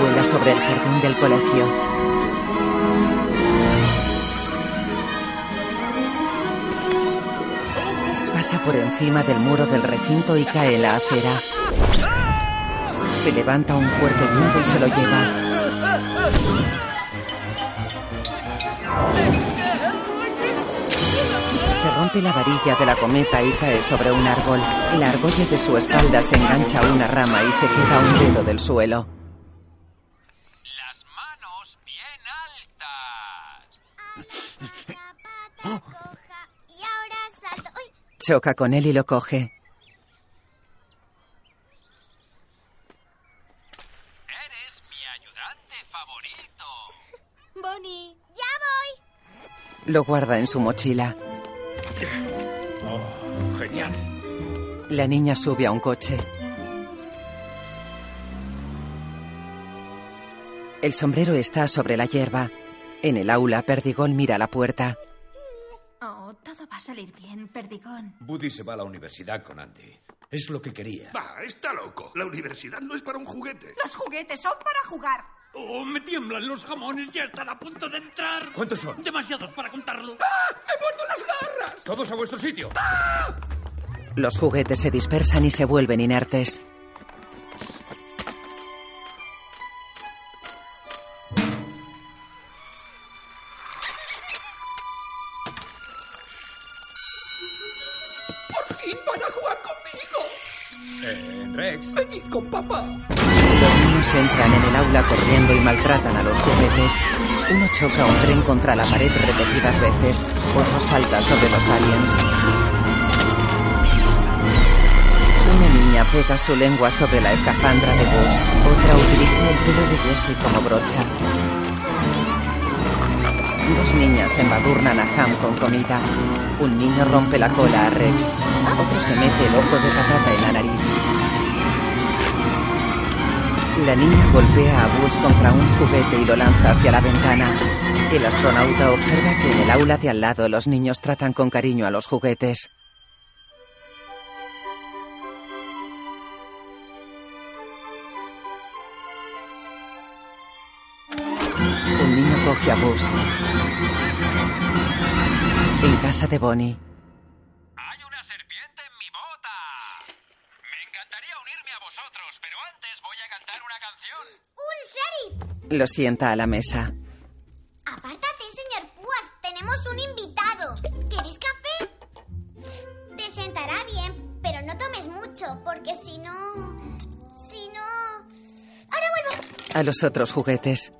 Speaker 1: Vuela sobre el jardín del colegio. pasa por encima del muro del recinto y cae en la acera. Se levanta un fuerte viento y se lo lleva. Se rompe la varilla de la cometa y cae sobre un árbol. El argolla de su espalda se engancha a una rama y se queda a un dedo del suelo.
Speaker 17: Y ahora salto. ¡Uy!
Speaker 1: Choca con él y lo coge.
Speaker 17: Bonnie, ya voy.
Speaker 1: Lo guarda en su mochila.
Speaker 21: Oh,
Speaker 8: Genial.
Speaker 1: La niña sube a un coche. El sombrero está sobre la hierba. En el aula, Perdigón mira la puerta.
Speaker 20: Oh, todo va a salir bien, Perdigón.
Speaker 10: Buddy se va a la universidad con Andy. Es lo que quería.
Speaker 12: Va, está loco. La universidad no es para un juguete.
Speaker 15: Los juguetes son para jugar.
Speaker 12: Oh, me tiemblan los jamones, ya están a punto de entrar.
Speaker 10: ¿Cuántos son?
Speaker 12: Demasiados para contarlo.
Speaker 6: ¡Me he vuelto las garras!
Speaker 10: Todos a vuestro sitio.
Speaker 13: ¡Ah!
Speaker 1: Los juguetes se dispersan y se vuelven inertes.
Speaker 6: ¡Por fin van a jugar conmigo!
Speaker 10: Eh, Rex.
Speaker 6: ¡Venid con papá!
Speaker 1: Los niños entran en el aula corriendo y maltratan a los juguetes. Uno choca un tren contra la pared repetidas veces. Otro salta sobre los aliens. Una niña pega su lengua sobre la escafandra de Buzz. Otra utiliza el pelo de Jessie como brocha. Dos niñas embadurnan a Ham con comida. Un niño rompe la cola a Rex. Otro se mete el ojo de patata en la nariz. La niña golpea a Buzz contra un juguete y lo lanza hacia la ventana. El astronauta observa que en el aula de al lado los niños tratan con cariño a los juguetes. Un niño coge a Buzz. En casa de Bonnie.
Speaker 17: ¡Un sheriff!
Speaker 1: Lo sienta a la mesa.
Speaker 17: Apártate, señor Púas. Tenemos un invitado. ¿Queréis café? Te sentará bien, pero no tomes mucho, porque si no... Si no... Ahora vuelvo.
Speaker 1: A los otros juguetes.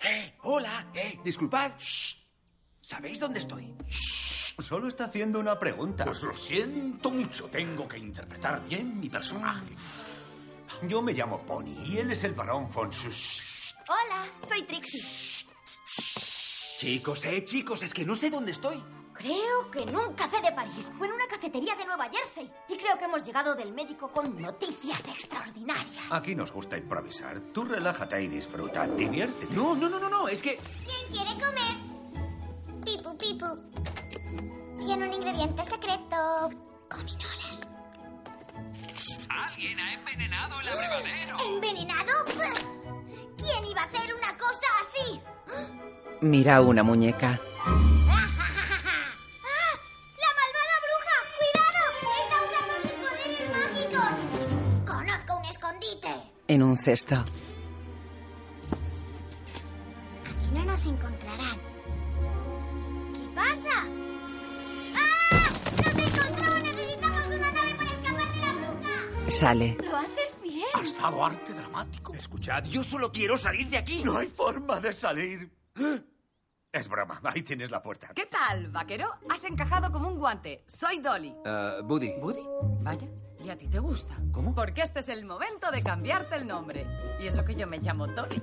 Speaker 21: ¡Eh! ¡Hola! ¡Eh! Disculpad. Shh. ¿Sabéis dónde estoy?
Speaker 13: Solo está haciendo una pregunta.
Speaker 21: Pues lo siento mucho. Tengo que interpretar bien mi personaje.
Speaker 13: Yo me llamo Pony y él es el varón von Sus.
Speaker 15: Hola, soy Trixie.
Speaker 21: Chicos, eh, chicos, es que no sé dónde estoy.
Speaker 15: Creo que en un café de París o en una cafetería de Nueva Jersey. Y creo que hemos llegado del médico con noticias extraordinarias.
Speaker 13: Aquí nos gusta improvisar. Tú relájate y disfruta. Diviértete.
Speaker 21: No, no, no, no, no, es que.
Speaker 17: ¿Quién quiere comer? Pipu, pipu. Tiene un ingrediente secreto. Gominolas.
Speaker 8: Alguien ha envenenado el abrevadero.
Speaker 17: ¿Envenenado? Puh. ¿Quién iba a hacer una cosa así?
Speaker 1: Mira una muñeca.
Speaker 17: ¡Ah! ¡La malvada bruja! ¡Cuidado! ¡Está usando sus poderes mágicos! ¡Conozco un escondite!
Speaker 1: En un cesto.
Speaker 17: Aquí no nos encontrarán. ¿Qué pasa? ¡Ah! ¡Nos encontró! ¡Necesitamos una nave para escapar de la bruja!
Speaker 1: Sale.
Speaker 15: Lo haces bien.
Speaker 21: Ha estado arte dramático.
Speaker 13: Escuchad, yo solo quiero salir de aquí. No hay forma de salir. Es broma. Ahí tienes la puerta.
Speaker 7: ¿Qué tal, vaquero? Has encajado como un guante. Soy Dolly.
Speaker 2: Ah, Buddy.
Speaker 7: ¿Buddy? Vaya. ¿Y a ti te gusta?
Speaker 2: ¿Cómo?
Speaker 7: Porque este es el momento de cambiarte el nombre. Y eso que yo me llamo Dolly.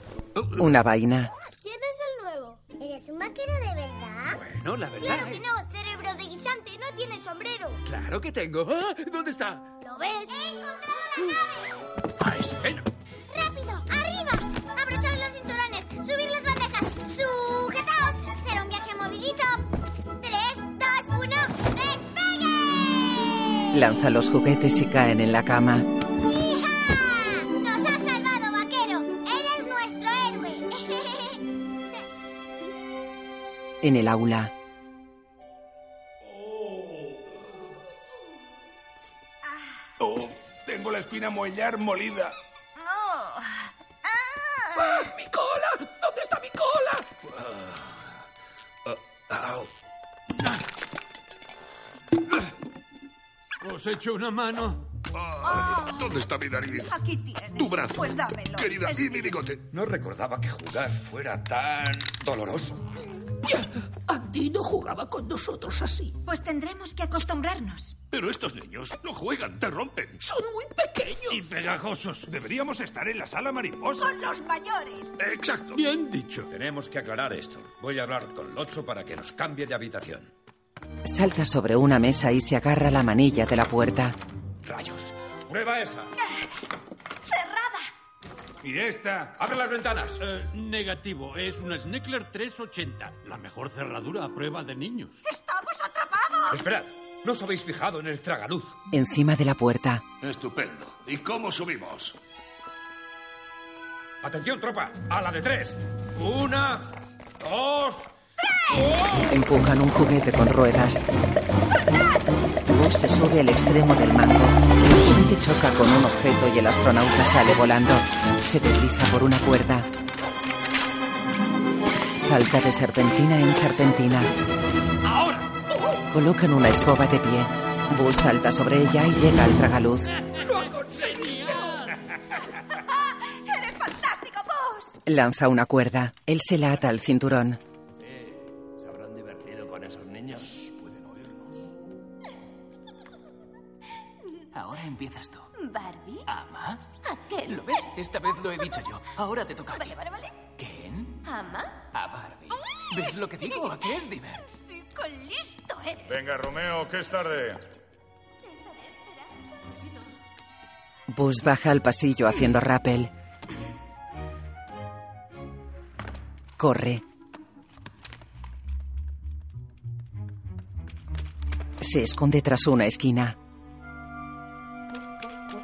Speaker 1: Una vaina.
Speaker 17: ¿Quién es el nuevo? ¿Eres un vaquero de verdad?
Speaker 2: Bueno, la verdad.
Speaker 17: Claro que
Speaker 2: eh.
Speaker 17: no, cerebro de guisante, no tiene sombrero.
Speaker 2: Claro que tengo. ¡Ah! ¿Dónde está? Ah,
Speaker 17: ¿Lo ves? ¡He encontrado la nave!
Speaker 2: A escena.
Speaker 17: ¡Rápido! ¡Arriba! ¡Abrochad los cinturones! ¡Subid las bandejas! ¡Sujetaos! ¡Será un viaje movidito! ¡Tres, dos, uno! ¡Despegue!
Speaker 1: Lanza los juguetes y caen en la cama.
Speaker 17: ¡Hija! ¡Nos has salvado, vaquero! ¡Eres nuestro héroe! *laughs*
Speaker 1: En el aula.
Speaker 23: máquina mollar molida.
Speaker 15: Oh.
Speaker 17: ¡Ah, ¡Mi cola! ¿Dónde está mi cola?
Speaker 24: Os echo una mano.
Speaker 25: Ah, ¿Dónde está mi nariz?
Speaker 4: Aquí tienes.
Speaker 25: Tu brazo.
Speaker 4: Pues dámelo.
Speaker 25: Querida,
Speaker 4: Es
Speaker 25: y mi bigote.
Speaker 26: No recordaba que jugar fuera tan doloroso.
Speaker 4: Andy no jugaba con nosotros así. Pues tendremos que acostumbrarnos.
Speaker 25: Pero estos niños no juegan, te rompen.
Speaker 4: Son muy pequeños.
Speaker 23: Y pegajosos. Deberíamos estar en la sala mariposa.
Speaker 4: Con los mayores.
Speaker 25: Exacto.
Speaker 26: Bien dicho. Tenemos que aclarar esto. Voy a hablar con Lotso para que nos cambie de habitación.
Speaker 1: Salta sobre una mesa y se agarra la manilla de la puerta.
Speaker 26: Rayos. Prueba esa.
Speaker 24: ¿Y esta?
Speaker 26: ¡Abre las ventanas! Eh,
Speaker 24: negativo. Es una Sneckler 380. La mejor cerradura a prueba de niños.
Speaker 4: ¡Estamos atrapados!
Speaker 26: Esperad. ¿No os habéis fijado en el tragaluz?
Speaker 1: Encima de la puerta.
Speaker 25: Estupendo. ¿Y cómo subimos?
Speaker 26: Atención, tropa. A la de tres. Una, dos.
Speaker 1: Empujan un juguete con ruedas. Buzz se sube al extremo del mango. El juguete choca con un objeto y el astronauta sale volando. Se desliza por una cuerda. Salta de serpentina en serpentina. Colocan una escoba de pie. Buzz salta sobre ella y llega al tragaluz.
Speaker 6: ¡Lo ha conseguido! *laughs* ¡Eres fantástico, Boss!
Speaker 1: Lanza una cuerda. Él se la ata al cinturón.
Speaker 27: Sí, se habrán divertido con esos niños. pueden oírnos.
Speaker 28: Ahora empiezas tú.
Speaker 29: Barbie,
Speaker 28: ¿Ama?
Speaker 29: aquel.
Speaker 28: ¿Lo ves? Esta vez lo he dicho yo. Ahora te toca a ti.
Speaker 29: Vale, vale, vale.
Speaker 28: Ken,
Speaker 29: ¿Ama?
Speaker 28: a Barbie. ¿Ves lo que digo? Aquí es Diver.
Speaker 29: Sí, con listo, ¿eh?
Speaker 3: Venga, Romeo, que es tarde.
Speaker 1: Buzz baja al pasillo haciendo rappel. Corre. Se esconde tras una esquina.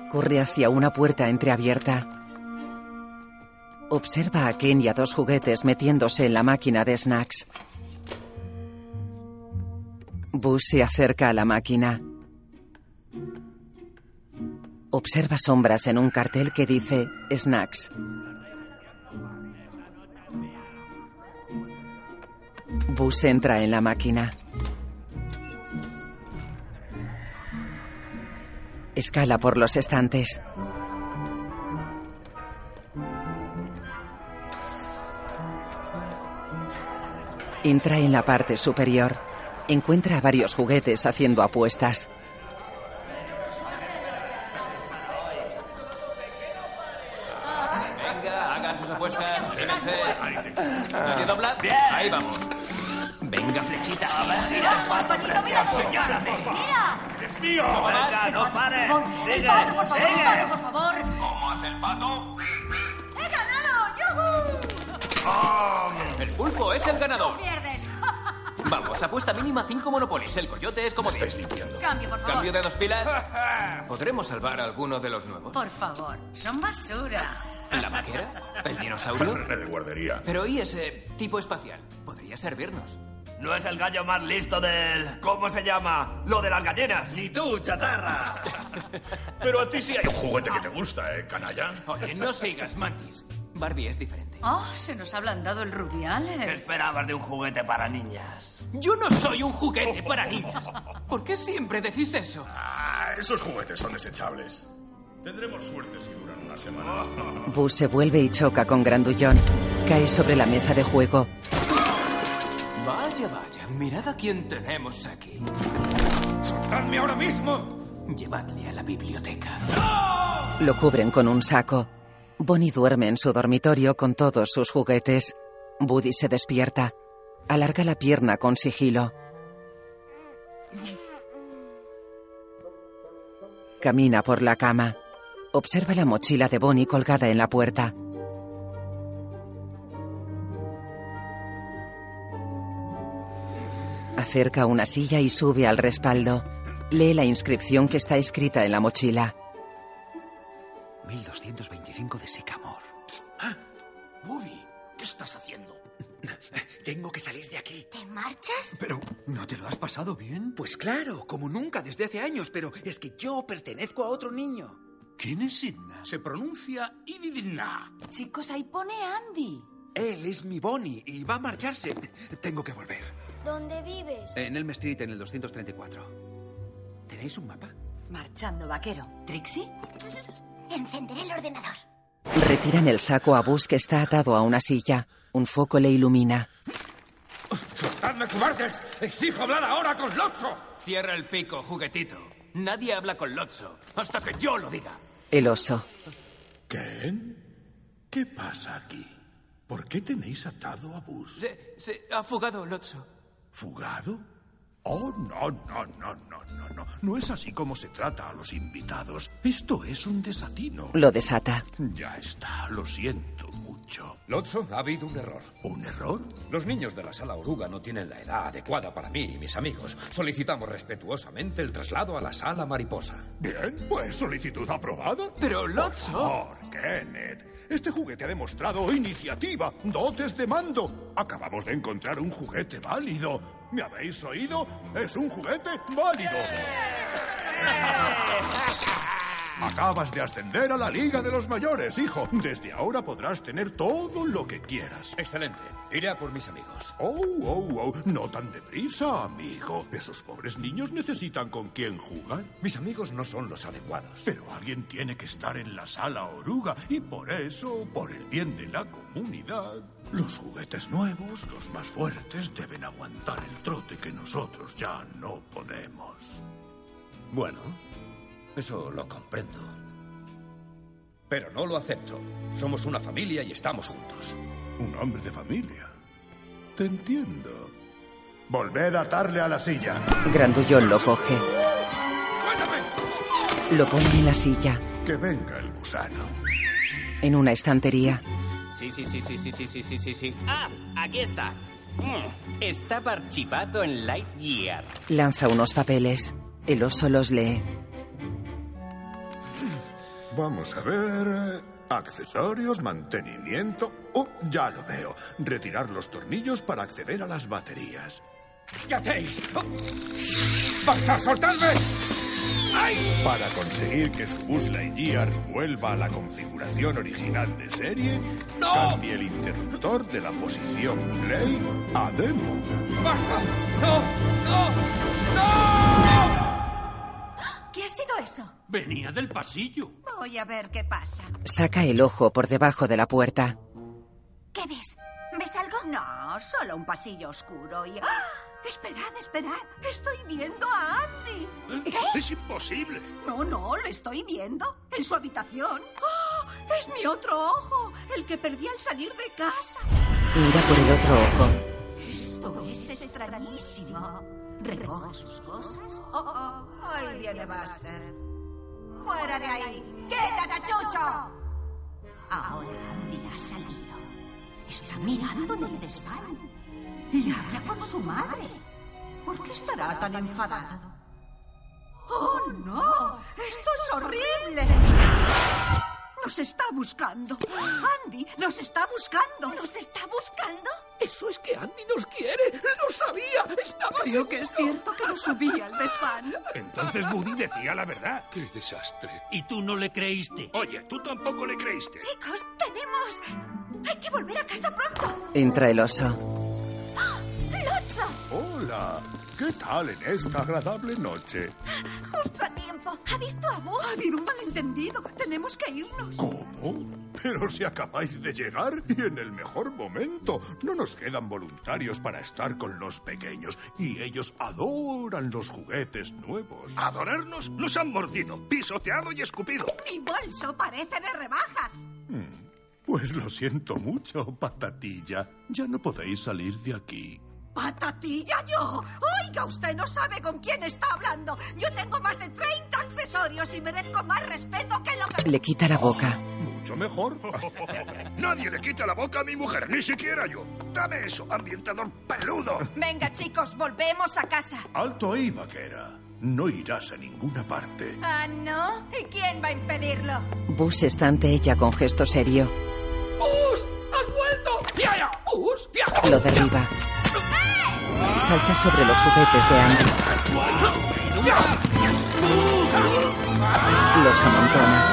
Speaker 1: Corre hacia una puerta entreabierta. Observa a Ken y a dos juguetes metiéndose en la máquina de snacks. Buzz se acerca a la máquina. Observa sombras en un cartel que dice Snacks. Bus entra en la máquina. Escala por los estantes. Entra en la parte superior. Encuentra a varios juguetes haciendo apuestas.
Speaker 2: Venga, hagan sus apuestas. Espérense. ¿Así dobla?
Speaker 7: Bien.
Speaker 2: Ahí vamos. Venga, flechita.
Speaker 7: ¡Señálame!
Speaker 6: ¡Mira!
Speaker 7: ¡Es
Speaker 23: mío!
Speaker 7: ¡Venga, no pares!
Speaker 6: ¡El
Speaker 7: ¡Sigue!
Speaker 6: pato, por favor!
Speaker 7: ¡Sigue!
Speaker 6: ¡El pato, por favor!
Speaker 7: ¿Cómo hace el pato?
Speaker 6: ¡He ganado! ¡Yuhu!
Speaker 2: El pulpo es el ganador.
Speaker 6: ¡Pierdes!
Speaker 2: Vamos, apuesta mínima 5 monopolis. El coyote es como estáis limpiando.
Speaker 30: Cambio, por favor.
Speaker 2: Cambio de dos *laughs* pilas. ¿Podremos salvar a alguno de los nuevos?
Speaker 30: Por favor, son basura.
Speaker 2: ¿La vaquera? ¿El dinosaurio?
Speaker 25: de guardería.
Speaker 2: Pero ¿y ese tipo espacial? Podría servirnos.
Speaker 7: No es el gallo más listo del... ¿Cómo se llama? Lo de las gallinas. Ni
Speaker 2: *laughs*
Speaker 7: tú, chatarra.
Speaker 25: Pero a ti sí hay un juguete que te gusta, ¿eh, canalla?
Speaker 2: Ah. Oye, no sigas, Mantis. Barbie es diferente.
Speaker 30: Oh, se nos ha ablandado el
Speaker 7: ¿Qué
Speaker 30: rubiales.
Speaker 7: esperabas de un juguete para niñas?
Speaker 2: Yo no soy un juguete para niñas. ¿Por qué siempre decís eso?
Speaker 25: Ah, esos juguetes son desechables. Tendremos suerte si duran una semana.
Speaker 2: *laughs*
Speaker 1: Bus se vuelve y choca con Grandullón. Cae sobre la mesa de juego.
Speaker 2: Vaya, vaya, mirad a quién tenemos aquí. ¡Soltadme ahora mismo! Llevadle a la biblioteca.
Speaker 1: Lo cubren con un saco. Bonnie duerme en su dormitorio con todos sus juguetes. Buddy se despierta. Alarga la pierna con sigilo. Camina por la cama. Observa la mochila de Bonnie colgada en la puerta. Acerca una silla y sube al respaldo. Lee la inscripción que está escrita en la mochila.
Speaker 28: 1225 de Sycamore.
Speaker 7: Woody, ¿qué
Speaker 2: *laughs*
Speaker 7: estás haciendo?
Speaker 28: Tengo que salir de aquí.
Speaker 31: ¿Te marchas?
Speaker 28: Pero, ¿no te lo has pasado bien? Pues claro, como nunca desde hace años, pero es que yo pertenezco a otro niño.
Speaker 3: ¿Quién es Idna?
Speaker 11: Se pronuncia Ididna.
Speaker 20: Chicos, ahí pone Andy.
Speaker 11: Él es mi Bonnie y va a marcharse. Tengo que volver.
Speaker 17: ¿Dónde vives?
Speaker 2: En Elm Street, en el 234. ¿Tenéis un mapa?
Speaker 20: Marchando vaquero. ¿Trixie?
Speaker 17: Encenderé el ordenador.
Speaker 1: Retiran el saco a Bus que está atado a una silla. Un foco le ilumina.
Speaker 8: ¡Dadme cobardes! ¡Exijo hablar ahora con Lotso!
Speaker 14: Cierra el pico, juguetito. Nadie habla con Lotso hasta que yo lo diga.
Speaker 1: El oso.
Speaker 3: ¿Ken? ¿Qué pasa aquí? ¿Por qué tenéis atado a Bus?
Speaker 22: Se, se ha fugado Lotso.
Speaker 3: ¿Fugado? Oh, no, no, no, no, no, no. No es así como se trata a los invitados. Esto es un desatino.
Speaker 1: Lo desata.
Speaker 3: Ya está, lo siento mucho.
Speaker 10: Lotso, ha habido un error.
Speaker 3: ¿Un error?
Speaker 10: Los niños de la sala oruga no tienen la edad adecuada para mí y mis amigos. Solicitamos respetuosamente el traslado a la sala mariposa.
Speaker 3: Bien, pues solicitud aprobada.
Speaker 22: Pero, Lotso-
Speaker 3: Por favor, Kenneth. Este juguete ha demostrado iniciativa, dotes de mando. Acabamos de encontrar un juguete válido. ¿Me habéis oído? Es un juguete válido. Acabas de ascender a la Liga de los Mayores, hijo. Desde ahora podrás tener todo lo que quieras.
Speaker 10: Excelente. Iré a por mis amigos.
Speaker 3: Oh, oh, oh. No tan deprisa, amigo. Esos pobres niños necesitan con quién jugar.
Speaker 10: Mis amigos no son los adecuados.
Speaker 3: Pero alguien tiene que estar en la sala oruga y por eso, por el bien de la comunidad, los juguetes nuevos, los más fuertes, deben aguantar el trote que nosotros ya no podemos.
Speaker 10: Bueno, eso lo comprendo. Pero no lo acepto. Somos una familia y estamos juntos.
Speaker 3: Un hombre de familia. Te entiendo. Volved a atarle a la silla.
Speaker 1: Grandullón lo coge. Lo pone en la silla.
Speaker 3: Que venga el gusano.
Speaker 1: En una estantería.
Speaker 14: Sí, sí, sí, sí, sí, sí, sí, sí, sí, sí. Ah, aquí está. Mm, Estaba archivado en Lightyear.
Speaker 1: Lanza unos papeles. El oso los lee.
Speaker 3: Vamos a ver. eh, Accesorios, mantenimiento. Oh, ya lo veo. Retirar los tornillos para acceder a las baterías.
Speaker 8: ¿Qué hacéis? ¡Basta, soltadme! ¡Ay!
Speaker 3: Para conseguir que su Buzz Lightyear vuelva a la configuración original de serie, cambie el interruptor de la posición Play a Demo.
Speaker 8: ¡Basta! ¡No!
Speaker 4: ¿Qué ha sido eso?
Speaker 12: Venía del pasillo.
Speaker 4: Voy a ver qué pasa.
Speaker 1: Saca el ojo por debajo de la puerta.
Speaker 4: ¿Qué ves? ¿Ves algo? No, solo un pasillo oscuro y... ¡Ah! Esperad, esperad. Estoy viendo a
Speaker 11: ¿Eh?
Speaker 4: Andy. ¿Eh?
Speaker 11: Es imposible.
Speaker 4: No, no, le estoy viendo. En su habitación. ¡Ah! Es mi otro ojo. El que perdí al salir de casa.
Speaker 1: Mira por el otro ojo.
Speaker 4: Esto es extrañísimo. Recoge sus cosas. Oh, oh, ahí viene Buster. ¡Fuera de ahí! ¡Quédate, chucho! Ahora Andy ha salido. Está mirando en el desván. Y habla con su madre. ¿Por qué estará tan enfadado? ¡Oh, no! ¡Esto es horrible! ¡Nos está buscando! ¡Andy nos está buscando! ¿Nos está buscando?
Speaker 6: Eso es que Andy nos quiere. Lo sabía. Estaba
Speaker 4: Creo que es cierto que nos subía al desván.
Speaker 3: Entonces Buddy decía la verdad.
Speaker 11: Qué desastre.
Speaker 12: Y tú no le creíste.
Speaker 11: Oye, tú tampoco le creíste.
Speaker 4: Chicos, tenemos. Hay que volver a casa pronto.
Speaker 1: Entra el oso.
Speaker 4: ¡Lotso!
Speaker 3: Hola, ¿qué tal en esta agradable noche?
Speaker 4: Justo a tiempo. ¿Ha visto a vos? Ha habido un malentendido. Tenemos que irnos.
Speaker 3: ¿Cómo? Pero si acabáis de llegar y en el mejor momento, no nos quedan voluntarios para estar con los pequeños y ellos adoran los juguetes nuevos.
Speaker 11: Adorarnos nos han mordido, pisoteado y escupido.
Speaker 4: Mi bolso parece de rebajas.
Speaker 3: Pues lo siento mucho, patatilla. Ya no podéis salir de aquí.
Speaker 4: ¡Patatilla yo! Oiga, usted no sabe con quién está hablando. Yo tengo más de 30 accesorios y merezco más respeto que lo que...
Speaker 1: Le quita la boca.
Speaker 3: Mucho mejor.
Speaker 11: *laughs* Nadie le quita la boca a mi mujer, ni siquiera yo. Dame eso, ambientador peludo.
Speaker 4: Venga, chicos, volvemos a casa.
Speaker 3: Alto ahí, vaquera. No irás a ninguna parte.
Speaker 4: Ah, ¿no? ¿Y quién va a impedirlo?
Speaker 1: Bus está ante ella con gesto serio.
Speaker 6: ¡Bus! ¡Has vuelto! ¡Ya, ya! ¡Bus! ¡Ya!
Speaker 1: Lo derriba. Salta sobre los juguetes de Andy.
Speaker 6: ¡Ya!
Speaker 1: Los amontona.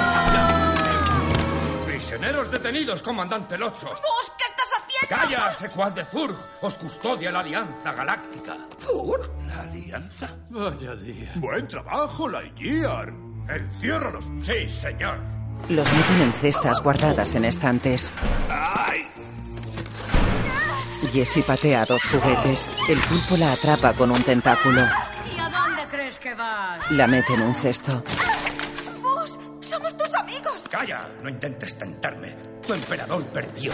Speaker 8: Prisioneros detenidos, comandante Locho.
Speaker 19: ¡Vos qué estás haciendo!
Speaker 8: ¡Calla, secuaz de Zurg! Os custodia la Alianza Galáctica.
Speaker 3: ¿Zurg? ¿La alianza?
Speaker 12: Vaya día.
Speaker 3: Buen trabajo, Lightyear. Enciérralos.
Speaker 8: Sí, señor.
Speaker 1: Los meten en cestas guardadas en estantes. Jessie patea dos juguetes. El pulpo la atrapa con un tentáculo.
Speaker 19: ¿Y a dónde crees que vas?
Speaker 1: La mete en un cesto.
Speaker 19: ¡Vos! ¡Somos tus amigos!
Speaker 8: ¡Calla! No intentes tentarme. Tu emperador perdió.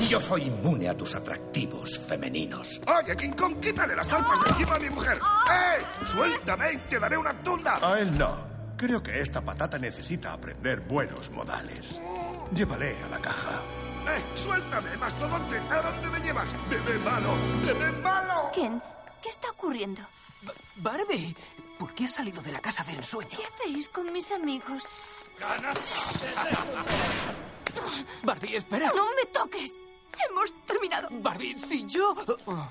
Speaker 8: Y yo soy inmune a tus atractivos femeninos.
Speaker 11: Oye, King Kong, quítale las zarpas de encima a mi mujer. ¡Eh! Suéltame y te daré una tunda.
Speaker 3: A él no. Creo que esta patata necesita aprender buenos modales. Llévale a la caja.
Speaker 11: ¡Eh! ¡Suéltame, mastodonte! ¿A dónde me llevas? ¡Bebé malo! ¡Bebé malo!
Speaker 15: Ken, ¿qué está ocurriendo?
Speaker 22: Barbie, ¿por qué has salido de la casa de ensueño?
Speaker 15: ¿Qué hacéis con mis amigos?
Speaker 22: Barbie, espera.
Speaker 19: ¡No me toques! Hemos terminado.
Speaker 22: Barbie, si yo... oh.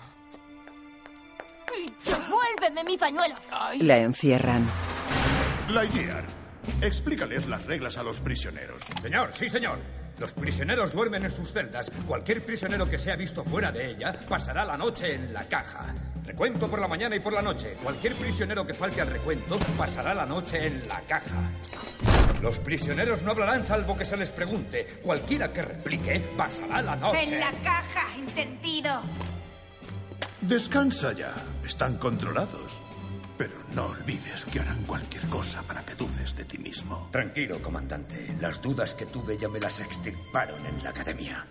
Speaker 15: ¡Devuélveme mi pañuelo!
Speaker 1: La encierran.
Speaker 3: Lightyear, explícales las reglas a los prisioneros.
Speaker 8: Señor, sí, señor. Los prisioneros duermen en sus celdas. Cualquier prisionero que sea visto fuera de ella pasará la noche en la caja. Recuento por la mañana y por la noche. Cualquier prisionero que falte al recuento pasará la noche en la caja. Los prisioneros no hablarán salvo que se les pregunte. Cualquiera que replique pasará la noche.
Speaker 19: En la caja, entendido.
Speaker 3: Descansa ya. Están controlados. Pero no olvides que harán cualquier cosa para que dudes de ti mismo.
Speaker 8: Tranquilo, comandante. Las dudas que tuve ya me las extirparon en la academia.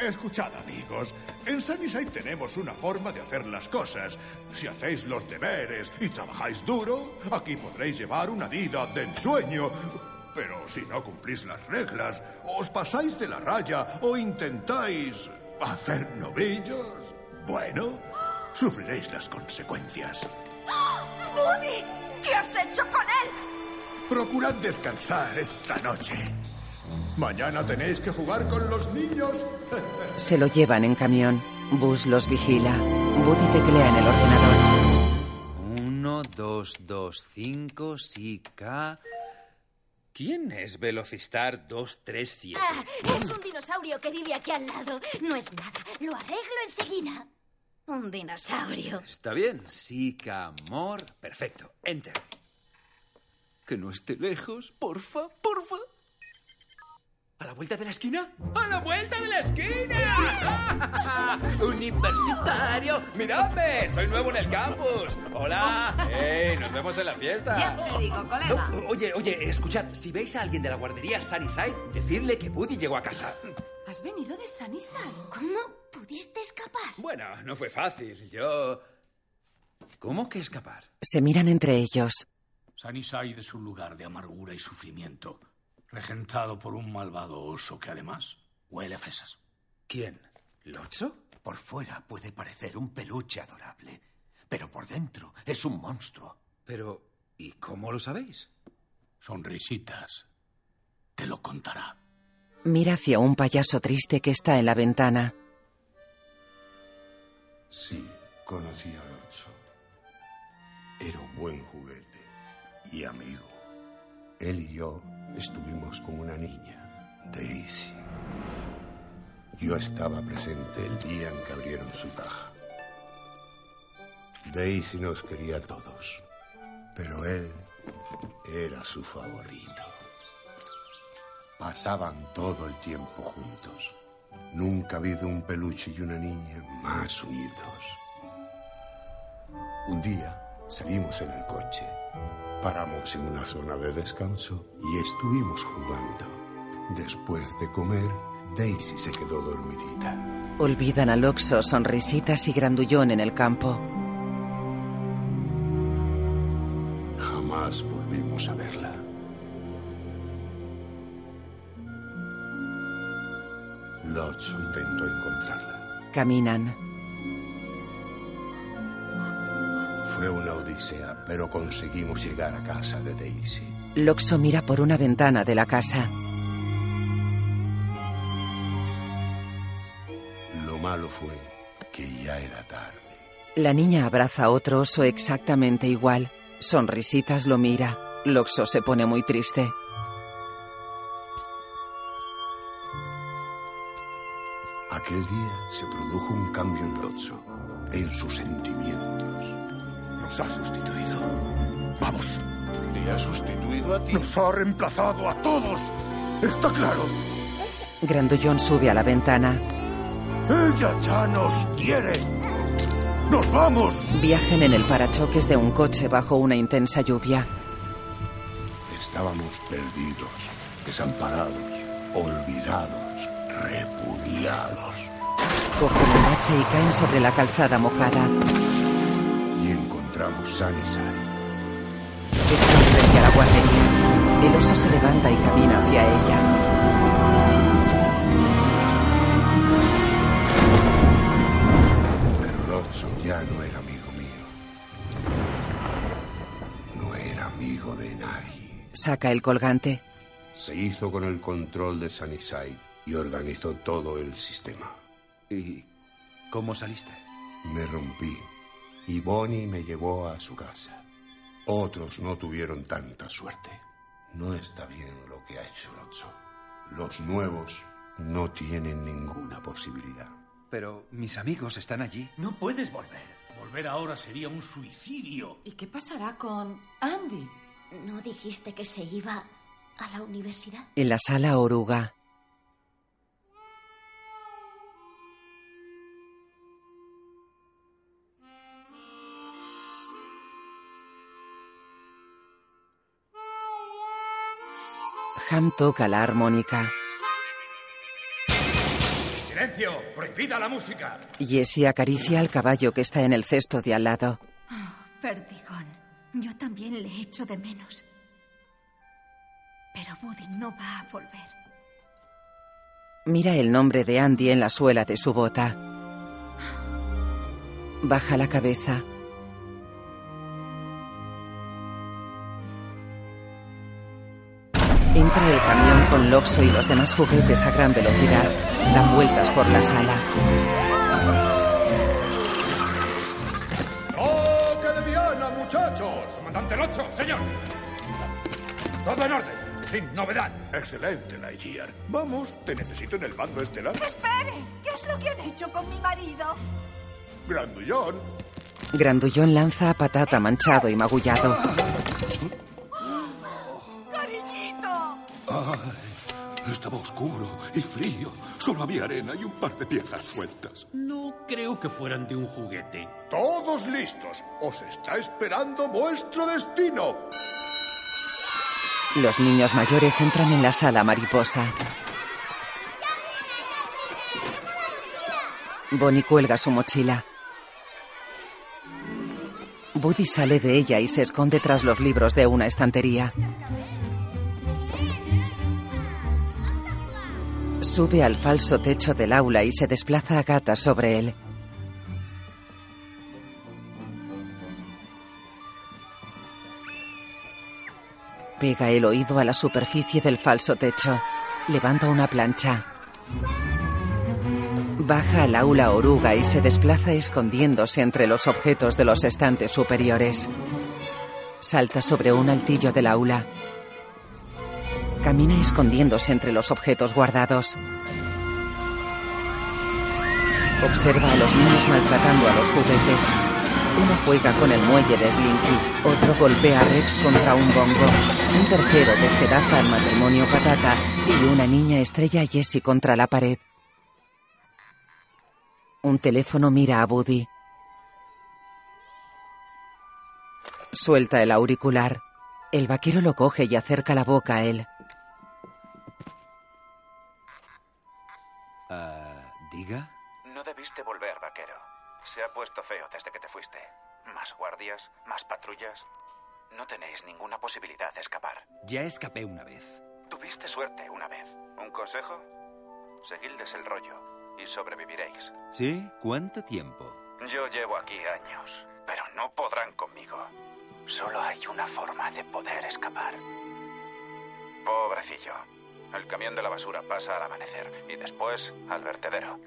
Speaker 3: Escuchad, amigos. En Sunnyside tenemos una forma de hacer las cosas. Si hacéis los deberes y trabajáis duro, aquí podréis llevar una vida de ensueño. Pero si no cumplís las reglas, os pasáis de la raya o intentáis hacer novillos, bueno, sufriréis las consecuencias.
Speaker 19: ¡Buddy! ¿Qué has hecho con él?
Speaker 3: Procurad descansar esta noche. Mañana tenéis que jugar con los niños.
Speaker 1: Se lo llevan en camión. Bus los vigila. Buddy teclea en el ordenador.
Speaker 2: 1, 2, 2, 5, K. ¿Quién es Velocistar 237?
Speaker 15: Ah, es un dinosaurio que vive aquí al lado. No es nada. Lo arreglo enseguida. Un dinosaurio.
Speaker 2: Está bien. Sycamore. Perfecto. Enter. Que no esté lejos, porfa, porfa. ¿A la vuelta de la esquina?
Speaker 6: ¡A la vuelta de la
Speaker 2: *laughs*
Speaker 6: esquina!
Speaker 2: Ah, ¡Universitario! ¡Miradme! ¡Soy nuevo en el campus! ¡Hola! ¡Ey! ¡Nos vemos en la fiesta!
Speaker 7: Ya
Speaker 20: Oh.
Speaker 7: te digo, colega.
Speaker 2: No, oye, oye, escuchad. Si veis a alguien de la guardería Sunnyside, decidle que Buddy llegó a casa.
Speaker 20: ¿Has venido de Sanisa?
Speaker 15: ¿Cómo pudiste escapar?
Speaker 2: *laughs* Bueno, no fue fácil. Yo... ¿Cómo que escapar?
Speaker 1: Se miran entre ellos.
Speaker 13: Sunnyside es un lugar de amargura y sufrimiento, regentado por un malvado oso que además huele a fresas.
Speaker 2: ¿Quién? ¿Locho?
Speaker 18: Por fuera puede parecer un peluche adorable, pero por dentro es un monstruo.
Speaker 2: Pero, ¿y cómo lo sabéis?
Speaker 13: Sonrisitas. Te lo contará.
Speaker 1: Mira hacia un payaso triste que está en la ventana.
Speaker 18: Sí, conocí a Alonso. Era un buen juguete y amigo. Él y yo estuvimos con una niña, Daisy. Yo estaba presente el día en que abrieron su caja. Daisy nos quería a todos, pero él era su favorito. Pasaban todo el tiempo juntos. Nunca ha habido un peluche y una niña más unidos. Un día salimos en el coche, paramos en una zona de descanso y estuvimos jugando. Después de comer, Daisy se quedó dormidita.
Speaker 1: Olvidan a Loxo, sonrisitas y grandullón en el campo.
Speaker 18: Jamás volvimos a verla. Lodge intentó encontrarla.
Speaker 1: Caminan.
Speaker 18: Fue una odisea, pero conseguimos llegar a casa de Daisy.
Speaker 1: Loxo mira por una ventana de la casa.
Speaker 18: Lo malo fue que ya era tarde.
Speaker 1: La niña abraza a otro oso exactamente igual. Sonrisitas lo mira. Loxo se pone muy triste.
Speaker 18: Aquel día se produjo un cambio en Lotso, en sus sentimientos.
Speaker 3: Nos ha sustituido. Vamos.
Speaker 9: ¿Te ha sustituido a ti?
Speaker 3: Nos ha reemplazado a todos. Está claro.
Speaker 1: Grandullón sube a la ventana.
Speaker 3: Ella ya nos quiere. ¡Nos vamos!
Speaker 1: Viajan en el parachoques de un coche bajo una intensa lluvia.
Speaker 18: Estábamos perdidos, desamparados, olvidados, repudiados.
Speaker 1: Cogen un bache y caen sobre la calzada mojada.
Speaker 18: Y encontramos san y san.
Speaker 1: Están frente a la guardería. El oso se levanta y camina hacia ella.
Speaker 18: Pero Lotso ya no era amigo mío. No era amigo de nadie.
Speaker 1: Saca el colgante.
Speaker 18: Se hizo con el control de Sunnyside y organizó todo el sistema. ¿Y cómo saliste? Me rompí y Bonnie me llevó a su casa. Otros no tuvieron tanta suerte. No está bien lo que ha hecho Lotso. Los nuevos no tienen ninguna posibilidad.
Speaker 2: Pero mis amigos están allí.
Speaker 13: No puedes volver. Volver ahora sería un suicidio.
Speaker 20: ¿Y qué pasará con Andy?
Speaker 15: ¿No dijiste que se iba a la universidad?
Speaker 1: En la sala oruga. Ham toca la armónica.
Speaker 8: ¡Silencio! ¡Prohibida la música!
Speaker 1: Jesse acaricia al caballo que está en el cesto de al lado.
Speaker 4: Oh,
Speaker 19: Perdigón, yo también le echo de menos. Pero Buddy no va a volver.
Speaker 1: Mira el nombre de Andy en la suela de su bota. Baja la cabeza. Entra el camión con Lopso y los demás juguetes a gran velocidad. Dan vueltas por la sala.
Speaker 3: ¡Toque de Diana, muchachos!
Speaker 8: Comandante Lotso, señor. Todo en orden. Sin novedad.
Speaker 3: Excelente, Lightyear. Vamos, te necesito en el bando estelar.
Speaker 4: Pues- ¡Espere! ¿Qué es lo que han hecho con mi marido?
Speaker 3: Grandullón.
Speaker 1: Grandullón lanza a patata manchado y magullado.
Speaker 4: ¡Cariñito!
Speaker 11: Ay, estaba oscuro y frío. Solo había arena y un par de piezas sueltas.
Speaker 12: No creo que fueran de un juguete.
Speaker 3: Todos listos. Os está esperando vuestro destino.
Speaker 1: Los niños mayores entran en la sala mariposa. Bonnie cuelga su mochila. Buddy sale de ella y se esconde tras los libros de una estantería. Sube al falso techo del aula y se desplaza a gata sobre él. Pega el oído a la superficie del falso techo. Levanta una plancha. Baja al aula oruga y se desplaza escondiéndose entre los objetos de los estantes superiores. Salta sobre un altillo del aula. Camina escondiéndose entre los objetos guardados. Observa a los niños maltratando a los juguetes. Uno juega con el muelle de Slinky, otro golpea a Rex contra un bongo, un tercero despedaza al matrimonio patata y una niña estrella a Jessie contra la pared. Un teléfono mira a Buddy. Suelta el auricular. El vaquero lo coge y acerca la boca a él.
Speaker 2: Ah, diga.
Speaker 16: No debiste volver, vaquero. Se ha puesto feo desde que te fuiste. Más guardias, más patrullas. No tenéis ninguna posibilidad de escapar.
Speaker 2: Ya escapé una vez.
Speaker 16: Tuviste suerte una vez. ¿Un consejo? Seguidles el rollo y sobreviviréis.
Speaker 2: ¿Sí? ¿Cuánto tiempo?
Speaker 16: Yo llevo aquí años, pero no podrán conmigo. Solo hay una forma de poder escapar. Pobrecillo. El camión de la basura pasa al amanecer y después al vertedero.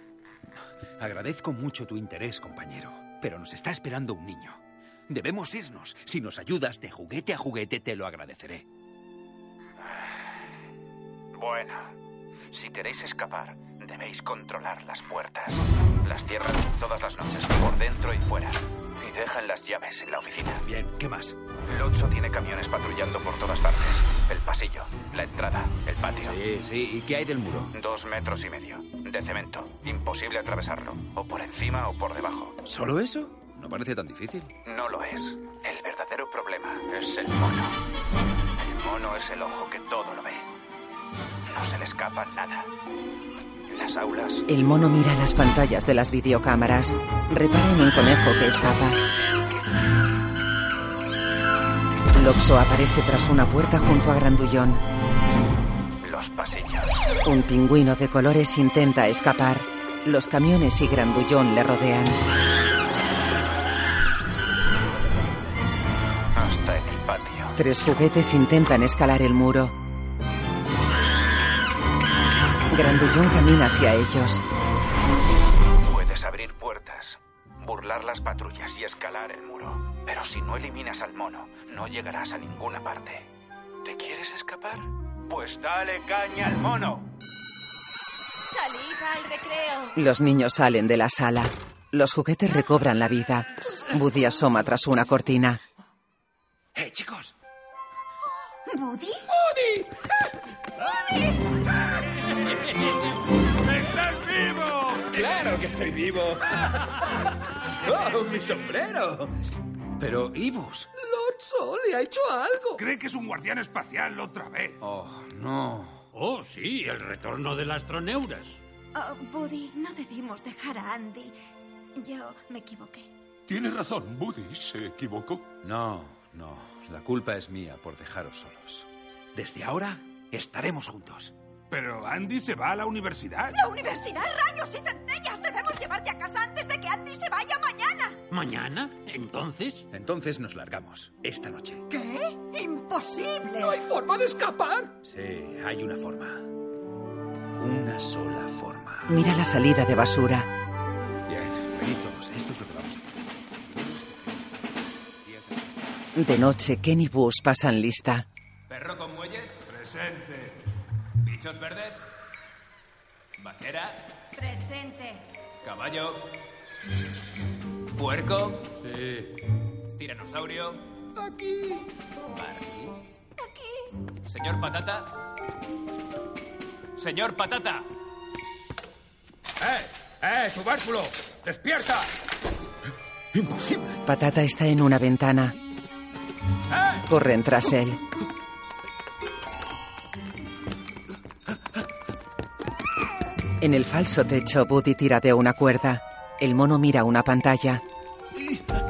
Speaker 2: Agradezco mucho tu interés, compañero, pero nos está esperando un niño. Debemos irnos. Si nos ayudas de juguete a juguete, te lo
Speaker 32: *sighs*
Speaker 2: agradeceré.
Speaker 16: Bueno, si queréis escapar, Debéis controlar las puertas. Las cierran todas las noches, por dentro y fuera. Y dejan las llaves en la oficina.
Speaker 32: Bien, ¿qué más?
Speaker 16: Lotso tiene camiones patrullando por todas partes. El pasillo, la entrada, el patio.
Speaker 32: Sí, sí. ¿Y qué hay del muro?
Speaker 16: Dos metros y medio. De cemento. Imposible atravesarlo. O por encima o por debajo.
Speaker 32: ¿Solo eso? No parece tan difícil.
Speaker 16: No lo es. El verdadero problema es el mono. El mono es el ojo que todo lo ve. No se le escapa nada. Las aulas.
Speaker 1: El mono mira las pantallas de las videocámaras. Repara en un conejo que escapa. Loxo aparece tras una puerta junto a Grandullón.
Speaker 16: Los pasillos.
Speaker 1: Un pingüino de colores intenta escapar. Los camiones y Grandullón le rodean.
Speaker 16: Hasta en el patio.
Speaker 1: Tres juguetes intentan escalar el muro. Grandullón camina hacia ellos.
Speaker 16: Puedes abrir puertas, burlar las patrullas y escalar el muro. Pero si no eliminas al mono, no llegarás a ninguna parte. ¿Te quieres escapar? Pues dale caña al mono.
Speaker 4: Salid al recreo.
Speaker 1: Los niños salen de la sala. Los juguetes recobran la vida. Woody asoma tras una cortina.
Speaker 32: ¡Eh, chicos!
Speaker 33: ¿Buddy?
Speaker 34: ¡Woody!
Speaker 6: ¡Estás vivo!
Speaker 32: ¡Claro que estoy
Speaker 2: *laughs*
Speaker 32: vivo! *laughs* ¡Oh, mi sombrero! Pero, Ibus.
Speaker 34: ¡Lotso le ha hecho algo!
Speaker 6: Cree que es un guardián espacial otra vez.
Speaker 32: Oh, no.
Speaker 35: Oh, sí, el retorno del astroneuras.
Speaker 4: Oh, Buddy, no debimos dejar a Andy. Yo me equivoqué.
Speaker 36: Tienes razón, Buddy se equivocó.
Speaker 32: No, no. La culpa es mía por dejaros solos. Desde ahora estaremos juntos.
Speaker 6: Pero Andy se va a la universidad.
Speaker 4: ¡La universidad, rayos y centellas! ¡Debemos llevarte a casa antes de que Andy se vaya mañana!
Speaker 35: ¿Mañana? ¿Entonces?
Speaker 32: Entonces nos largamos. Esta noche.
Speaker 4: ¿Qué? ¡Imposible!
Speaker 34: ¡No hay forma de escapar!
Speaker 32: Sí, hay una forma. Una sola forma.
Speaker 1: Mira la salida de basura.
Speaker 32: Bien, venid todos. Esto es lo que vamos a hacer.
Speaker 1: De noche, Ken y Bus pasan lista.
Speaker 2: ¿Perro con muelles?
Speaker 6: Presente.
Speaker 2: ¿Bichos verdes? ¿Vaquera?
Speaker 37: Presente.
Speaker 2: ¿Caballo? ¿Puerco?
Speaker 35: Sí.
Speaker 2: ¿Tiranosaurio?
Speaker 34: Aquí.
Speaker 2: ¿Barney?
Speaker 4: Aquí.
Speaker 2: ¿Señor Patata? ¡Señor Patata!
Speaker 38: ¡Eh! ¡Eh, tubérculo! ¡Despierta!
Speaker 6: ¡Imposible!
Speaker 1: Patata está en una ventana. Corren tras él. En el falso techo, Buddy tira de una cuerda. El mono mira una pantalla.
Speaker 2: Es tarde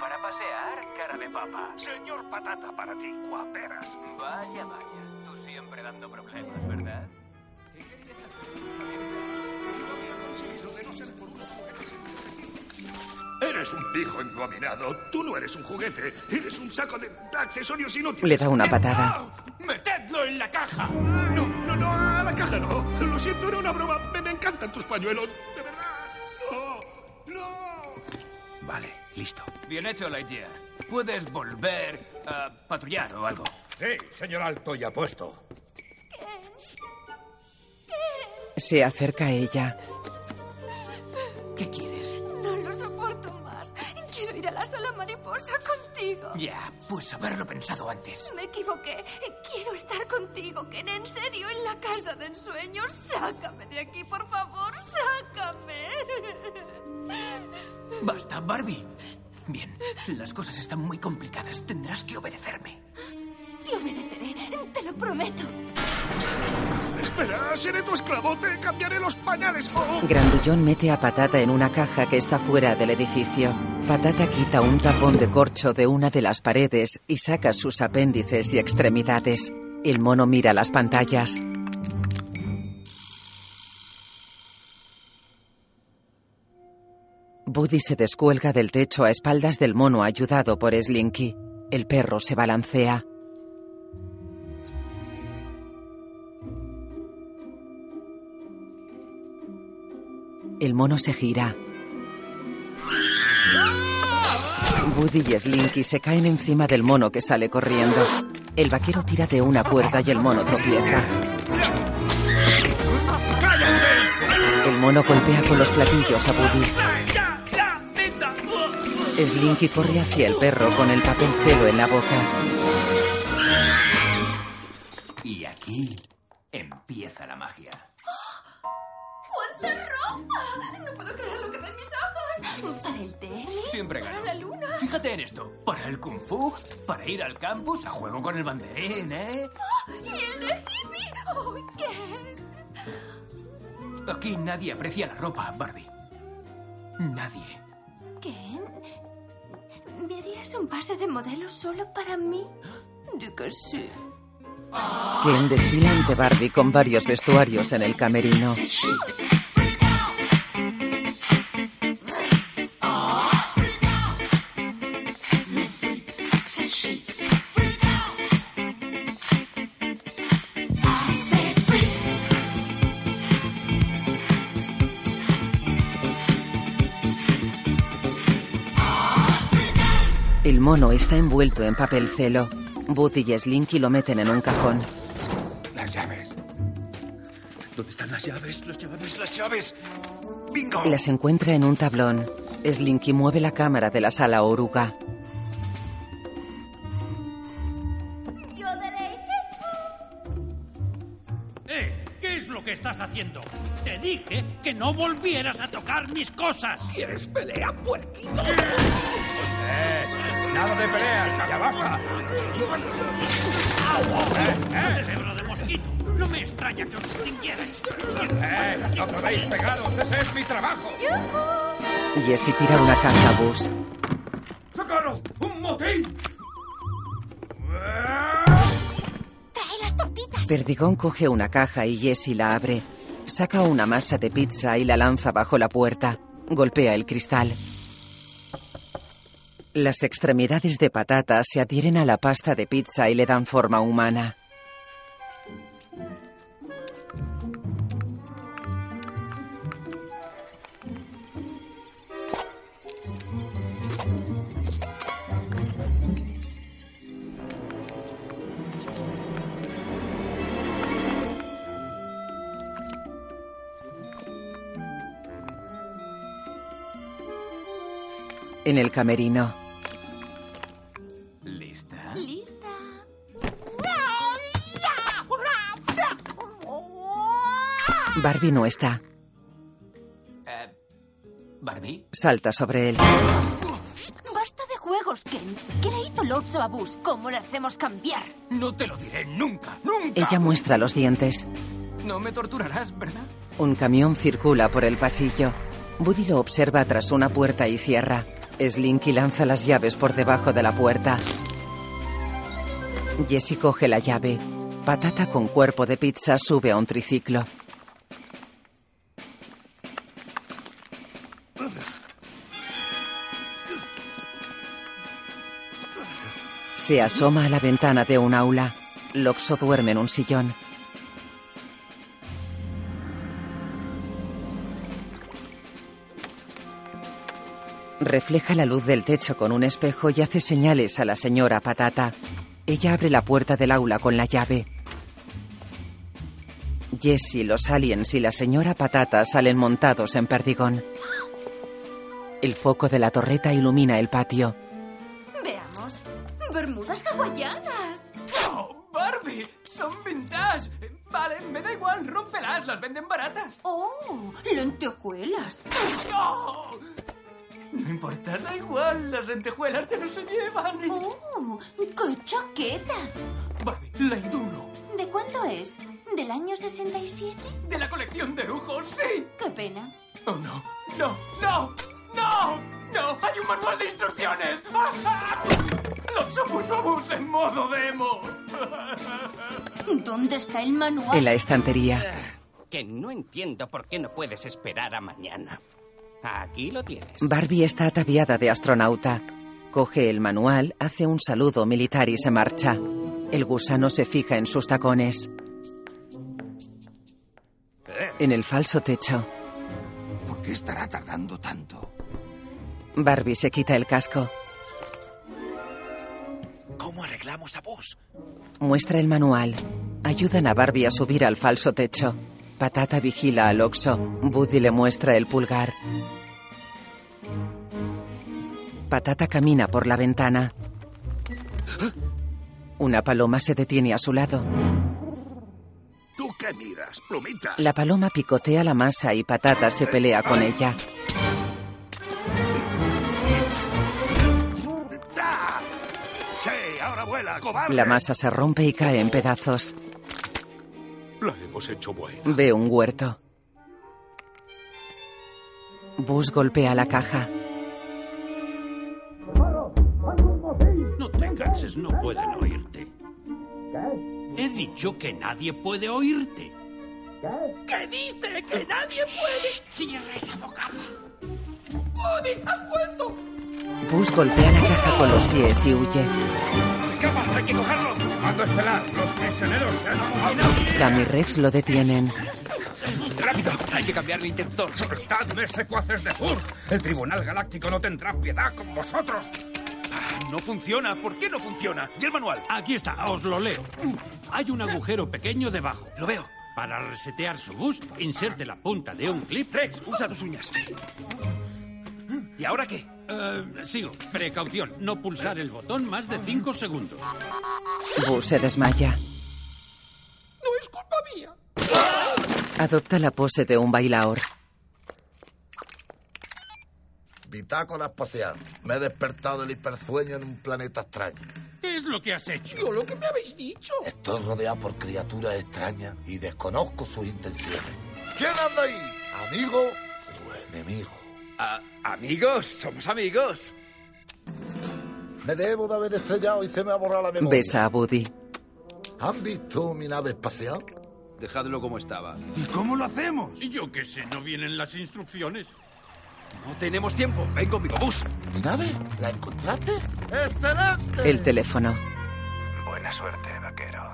Speaker 2: para pasear, cara de papa.
Speaker 6: Señor Patata, para ti, guaperas.
Speaker 2: Vaya, vaya. Tú siempre dando problemas, ¿verdad?
Speaker 6: Eres un pijo engominado. Tú no eres un juguete. Eres un saco de accesorios inútiles.
Speaker 1: Le da una patada.
Speaker 6: ¡No! ¡Metedlo en la caja! No, no, no, a la caja no. Lo siento, era una broma. Me, me encantan tus pañuelos. De verdad. Oh. No, no.
Speaker 32: Vale, listo.
Speaker 2: Bien hecho, Lightyear. Puedes volver a patrullar o algo.
Speaker 38: Sí, señor alto y apuesto.
Speaker 1: Se acerca a ella.
Speaker 2: ¿Qué quieres?
Speaker 4: No lo soporto más. Quiero ir a la sala mariposa contigo.
Speaker 2: Ya, pues haberlo pensado antes.
Speaker 4: Me equivoqué. Quiero estar contigo, Ken. En serio, en la casa de ensueños. Sácame de aquí, por favor. Sácame.
Speaker 2: Basta, Barbie. Bien, las cosas están muy complicadas. Tendrás que obedecerme.
Speaker 4: Te obedeceré. Te lo prometo.
Speaker 6: Espera, seré tu esclavo. Te cambiaré los pañales. Oh.
Speaker 1: Grandullón mete a Patata en una caja que está fuera del edificio. Patata quita un tapón de corcho de una de las paredes y saca sus apéndices y extremidades. El mono mira las pantallas. Buddy se descuelga del techo a espaldas del mono ayudado por Slinky. El perro se balancea. El mono se gira. Woody y Slinky se caen encima del mono que sale corriendo. El vaquero tira de una cuerda y el mono tropieza. mono golpea con los platillos a Woody. Slinky corre hacia el perro con el papel celo en la boca.
Speaker 6: Y aquí empieza la magia.
Speaker 39: ¡Cuánta ropa! No puedo creer lo que ven mis ojos. Para el té.
Speaker 6: Siempre
Speaker 39: Para
Speaker 6: gano.
Speaker 39: la luna.
Speaker 6: Fíjate en esto. Para el kung fu, para ir al campus a juego con el banderín, ¿eh?
Speaker 39: ¡Ah! Y el de Hippie. ¡Oh, qué es!
Speaker 6: Aquí nadie aprecia la ropa, Barbie. Nadie.
Speaker 39: ¿Qué? ¿Me harías un pase de modelo solo para mí? De que sí.
Speaker 1: Ken desfila ante Barbie con varios vestuarios en el camerino. El mono está envuelto en papel celo. Booty y Slinky lo meten en un cajón.
Speaker 6: Las llaves. ¿Dónde están las llaves? Las llaves, las llaves. Bingo.
Speaker 1: Las encuentra en un tablón. Slinky mueve la cámara de la sala oruga.
Speaker 2: ¡Eh! ¿Qué es lo que estás haciendo? Te dije que no volvieras a tocar mis cosas. ¿Quieres pelea, puerquito?
Speaker 40: ¡Eh! ¡Nada de peleas! ¡Ya basta!
Speaker 2: ¡Cerebro de mosquito! No me extraña que os extinguierais.
Speaker 40: ¡Eh! ¡No podéis pegaros! ¡Ese es mi trabajo!
Speaker 1: Jesse tira una caja a Buzz.
Speaker 40: ¡Socorro! ¡Un motín!
Speaker 1: Perdigón coge una caja y Jesse la abre. Saca una masa de pizza y la lanza bajo la puerta. Golpea el cristal. Las extremidades de patata se adhieren a la pasta de pizza y le dan forma humana. En el camerino,
Speaker 6: ¿Lista?
Speaker 39: Lista.
Speaker 1: Barbie no está.
Speaker 9: Eh.
Speaker 6: ¿Barbie?
Speaker 1: Salta sobre él.
Speaker 4: Basta de juegos, Ken. ¿Qué le hizo Lotso a Bus? ¿Cómo le hacemos cambiar?
Speaker 6: No te lo diré nunca, nunca.
Speaker 1: Ella muestra los dientes.
Speaker 6: No me torturarás, ¿verdad?
Speaker 1: Un camión circula por el pasillo. Buddy lo observa tras una puerta y cierra. Slinky lanza las llaves por debajo de la puerta. Jesse coge la llave. Patata con cuerpo de pizza sube a un triciclo. Se asoma a la ventana de un aula. Loxo duerme en un sillón. Refleja la luz del techo con un espejo y hace señales a la señora Patata. Ella abre la puerta del aula con la llave. Jesse, los aliens y la señora Patata salen montados en perdigón. El foco de la torreta ilumina el patio.
Speaker 39: Veamos. Bermudas hawaianas.
Speaker 6: ¡Oh, Barbie! ¡Son vintage! Vale, me da igual, rómpelas, las venden baratas.
Speaker 39: ¡Oh! Lentejuelas.
Speaker 6: ¡No! No importa, da igual, las lentejuelas ya no se llevan.
Speaker 4: ¡Uh! ¡Qué chaqueta!
Speaker 6: Barbie, la enduro.
Speaker 4: ¿De cuándo es? ¿Del año 67?
Speaker 6: De la colección de lujo, sí.
Speaker 4: ¡Qué pena!
Speaker 6: Oh, no, no, no, no, no. Hay un manual de instrucciones. *laughs* ¡Ah, ah! Los Opus Opus en modo demo. *laughs*
Speaker 4: ¿Dónde está el manual?
Speaker 1: En la estantería,
Speaker 9: *laughs* Que no entiendo por qué no puedes esperar a mañana. Aquí lo tienes.
Speaker 1: Barbie está ataviada de astronauta. Coge el manual, hace un saludo militar y se marcha. El gusano se fija en sus tacones. En el falso techo.
Speaker 41: ¿Por qué estará tardando tanto?
Speaker 1: Barbie se quita el casco,
Speaker 41: ¿Cómo arreglamos a vos?
Speaker 1: muestra el manual. Ayudan a Barbie a subir al falso techo. Patata vigila al Oxo. Buddy le muestra el pulgar. Patata camina por la ventana. Una paloma se detiene a su lado.
Speaker 3: ¿Tú qué miras, plumita?
Speaker 1: La paloma picotea la masa y Patata se pelea con ella.
Speaker 3: ¡Da! ¡Sí, ahora vuela, cobarde!
Speaker 1: La masa se rompe y cae en pedazos.
Speaker 3: La hemos hecho buena.
Speaker 1: Ve un huerto. Bus golpea la caja.
Speaker 2: No te canses, no pueden oírte. He dicho que nadie puede oírte.
Speaker 6: ¿Qué dice? ¡Que nadie puede! ¡Cierra esa bocaza! ¡Buddy, has vuelto!
Speaker 1: Bus golpea la caja con los pies y huye.
Speaker 42: ¡Se escapa! ¡Hay que cogerlo! ¡Mando estelar! ¡Los prisioneros se han amotinado!
Speaker 1: Cam y Rex lo detienen.
Speaker 42: ¡Rápido! ¡Hay que cambiar el interruptor! ¡Soltadme, secuaces de Hur! ¡El Tribunal Galáctico no tendrá piedad con vosotros!
Speaker 43: No funciona. ¿Por qué no funciona? ¿Y el manual?
Speaker 2: Aquí está, os lo leo. Hay un agujero pequeño debajo. Lo veo. Para resetear su bus, inserte la punta de un clip. Rex, usa tus uñas. ¿Y ahora qué? Eh, sigo. Precaución. No pulsar el botón más de 5 segundos.
Speaker 1: Bus se desmaya.
Speaker 6: ¡No es culpa mía!
Speaker 1: Adopta la pose de un bailaor.
Speaker 18: Bitácora espacial. Me he despertado del hipersueño en un planeta extraño.
Speaker 2: ¿Qué es lo que has hecho?
Speaker 6: Yo lo que me habéis dicho.
Speaker 18: Estoy rodeado por criaturas extrañas y desconozco sus intenciones. ¿Quién anda ahí? ¿Amigo o enemigo?
Speaker 43: amigos, somos amigos.
Speaker 18: Me debo de haber estrellado y se me ha borrado la memoria.
Speaker 1: Besa a Buddy.
Speaker 18: ¿Han visto mi nave espacial?
Speaker 44: Dejadlo como estaba.
Speaker 18: ¿Y cómo lo hacemos?
Speaker 2: Yo qué sé, no vienen las instrucciones.
Speaker 43: No tenemos tiempo. Ven conmigo, bus.
Speaker 18: ¿Mi nave? ¿La encontraste? ¡Excelente!
Speaker 1: El teléfono.
Speaker 16: Buena suerte, vaquero.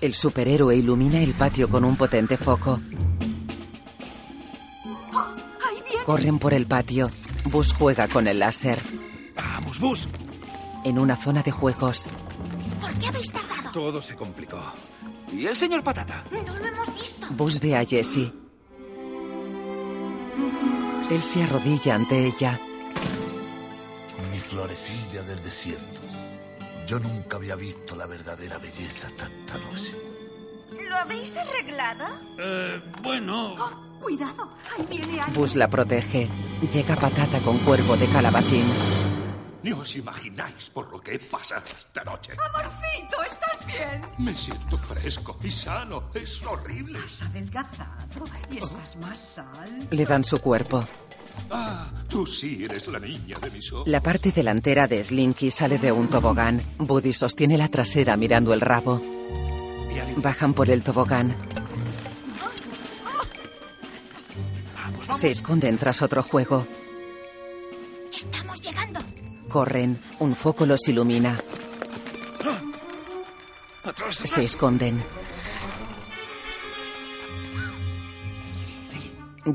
Speaker 1: El superhéroe ilumina el patio con un potente foco. Corren por el patio. Bus juega con el láser.
Speaker 43: Vamos, bus.
Speaker 1: En una zona de juegos,
Speaker 45: ¿Por qué habéis tardado?
Speaker 43: Todo se complicó. ¿Y el señor Patata?
Speaker 45: No lo hemos visto.
Speaker 1: Bus ve a Jessie. Él se arrodilla ante ella.
Speaker 18: Mi florecilla del desierto. Yo nunca había visto la verdadera belleza hasta esta noche.
Speaker 4: ¿Lo habéis arreglado? Ah,
Speaker 2: Eh, bueno,
Speaker 4: Cuidado, ahí viene alguien.
Speaker 1: Bus la protege. Llega Patata con cuerpo de calabacín.
Speaker 3: Ni os imagináis por lo que he pasado esta noche.
Speaker 4: ¡Amorcito, estás bien!
Speaker 3: Me siento fresco y sano. Es horrible.
Speaker 4: Has adelgazado y estás más sal.
Speaker 1: Le dan su cuerpo.
Speaker 3: Ah, tú sí eres la niña de mis ojos.
Speaker 1: La parte delantera de Slinky sale de un tobogán. Buddy sostiene la trasera mirando el rabo. Bajan por el tobogán. Se esconden tras otro juego.
Speaker 45: Estamos llegando.
Speaker 1: Corren. Un foco los ilumina.
Speaker 43: Atrás.
Speaker 1: Se esconden.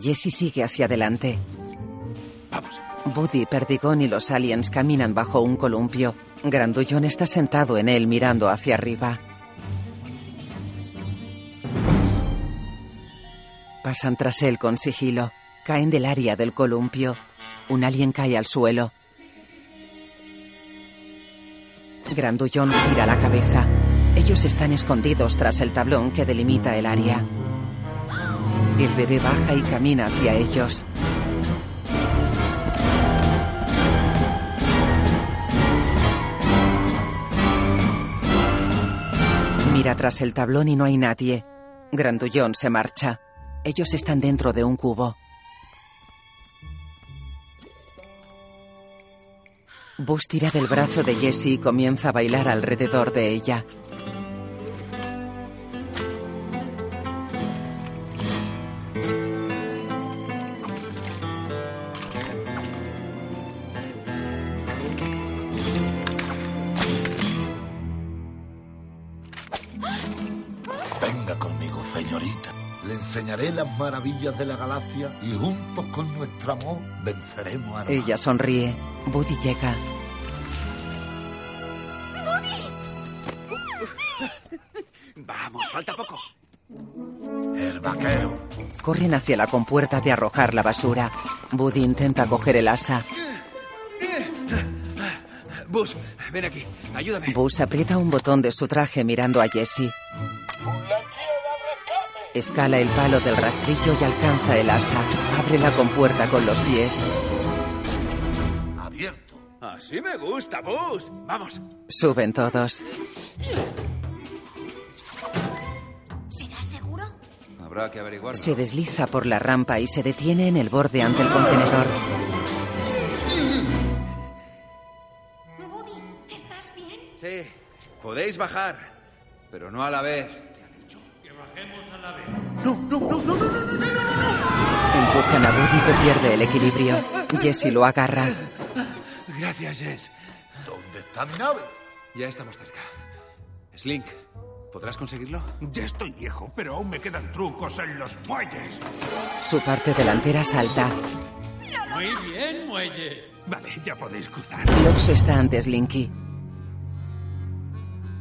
Speaker 1: Jesse sigue hacia adelante.
Speaker 43: Vamos.
Speaker 1: Buddy, Perdigón y los aliens caminan bajo un columpio. Grandullón está sentado en él mirando hacia arriba. Pasan tras él con sigilo. Caen del área del columpio. Un alien cae al suelo. Grandullón gira la cabeza. Ellos están escondidos tras el tablón que delimita el área. El bebé baja y camina hacia ellos. Mira tras el tablón y no hay nadie. Grandullón se marcha. Ellos están dentro de un cubo. Bus tira del brazo de Jessie y comienza a bailar alrededor de ella.
Speaker 18: Venga conmigo, señorita. Le enseñaré las maravillas de la galaxia y juntos con nuestro amor venceremos a la
Speaker 1: Ella sonríe. Buddy llega.
Speaker 43: Vamos, falta poco.
Speaker 18: El vaquero.
Speaker 1: corren hacia la compuerta de arrojar la basura. Buddy intenta coger el asa.
Speaker 7: Bus, ven aquí, ayúdame.
Speaker 1: Buzz aprieta un botón de su traje mirando a Jesse. Escala el palo del rastrillo y alcanza el asa. Abre la compuerta con los pies.
Speaker 7: Abierto. Así me gusta, Bus. Vamos.
Speaker 1: Suben todos.
Speaker 15: ¿Será seguro?
Speaker 2: Habrá que averiguarlo.
Speaker 1: Se desliza por la rampa y se detiene en el borde ante el contenedor.
Speaker 2: Sí, podéis bajar, pero no a la vez.
Speaker 12: Que bajemos a la vez.
Speaker 7: No, no, no, no, no, no, no, no,
Speaker 1: Empujan a Buddy que pierde el equilibrio. Jesse lo agarra.
Speaker 7: Gracias, Jess.
Speaker 17: ¿Dónde está mi nave?
Speaker 2: Ya estamos cerca. Slink, ¿podrás conseguirlo?
Speaker 46: Ya estoy viejo, pero aún me quedan trucos en los muelles.
Speaker 1: Su parte delantera salta.
Speaker 12: Muy bien, muelles.
Speaker 46: Vale, ya podéis cruzar.
Speaker 1: Lox está ante Slinky.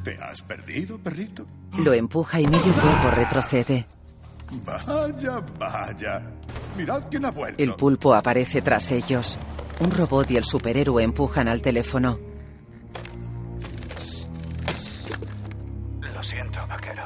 Speaker 3: ¿Te has perdido, perrito?
Speaker 1: Lo empuja y medio cuerpo retrocede.
Speaker 3: Vaya, vaya. Mirad quién ha vuelto.
Speaker 1: El pulpo aparece tras ellos. Un robot y el superhéroe empujan al teléfono.
Speaker 16: Lo siento,
Speaker 3: *gasps*
Speaker 16: vaquero.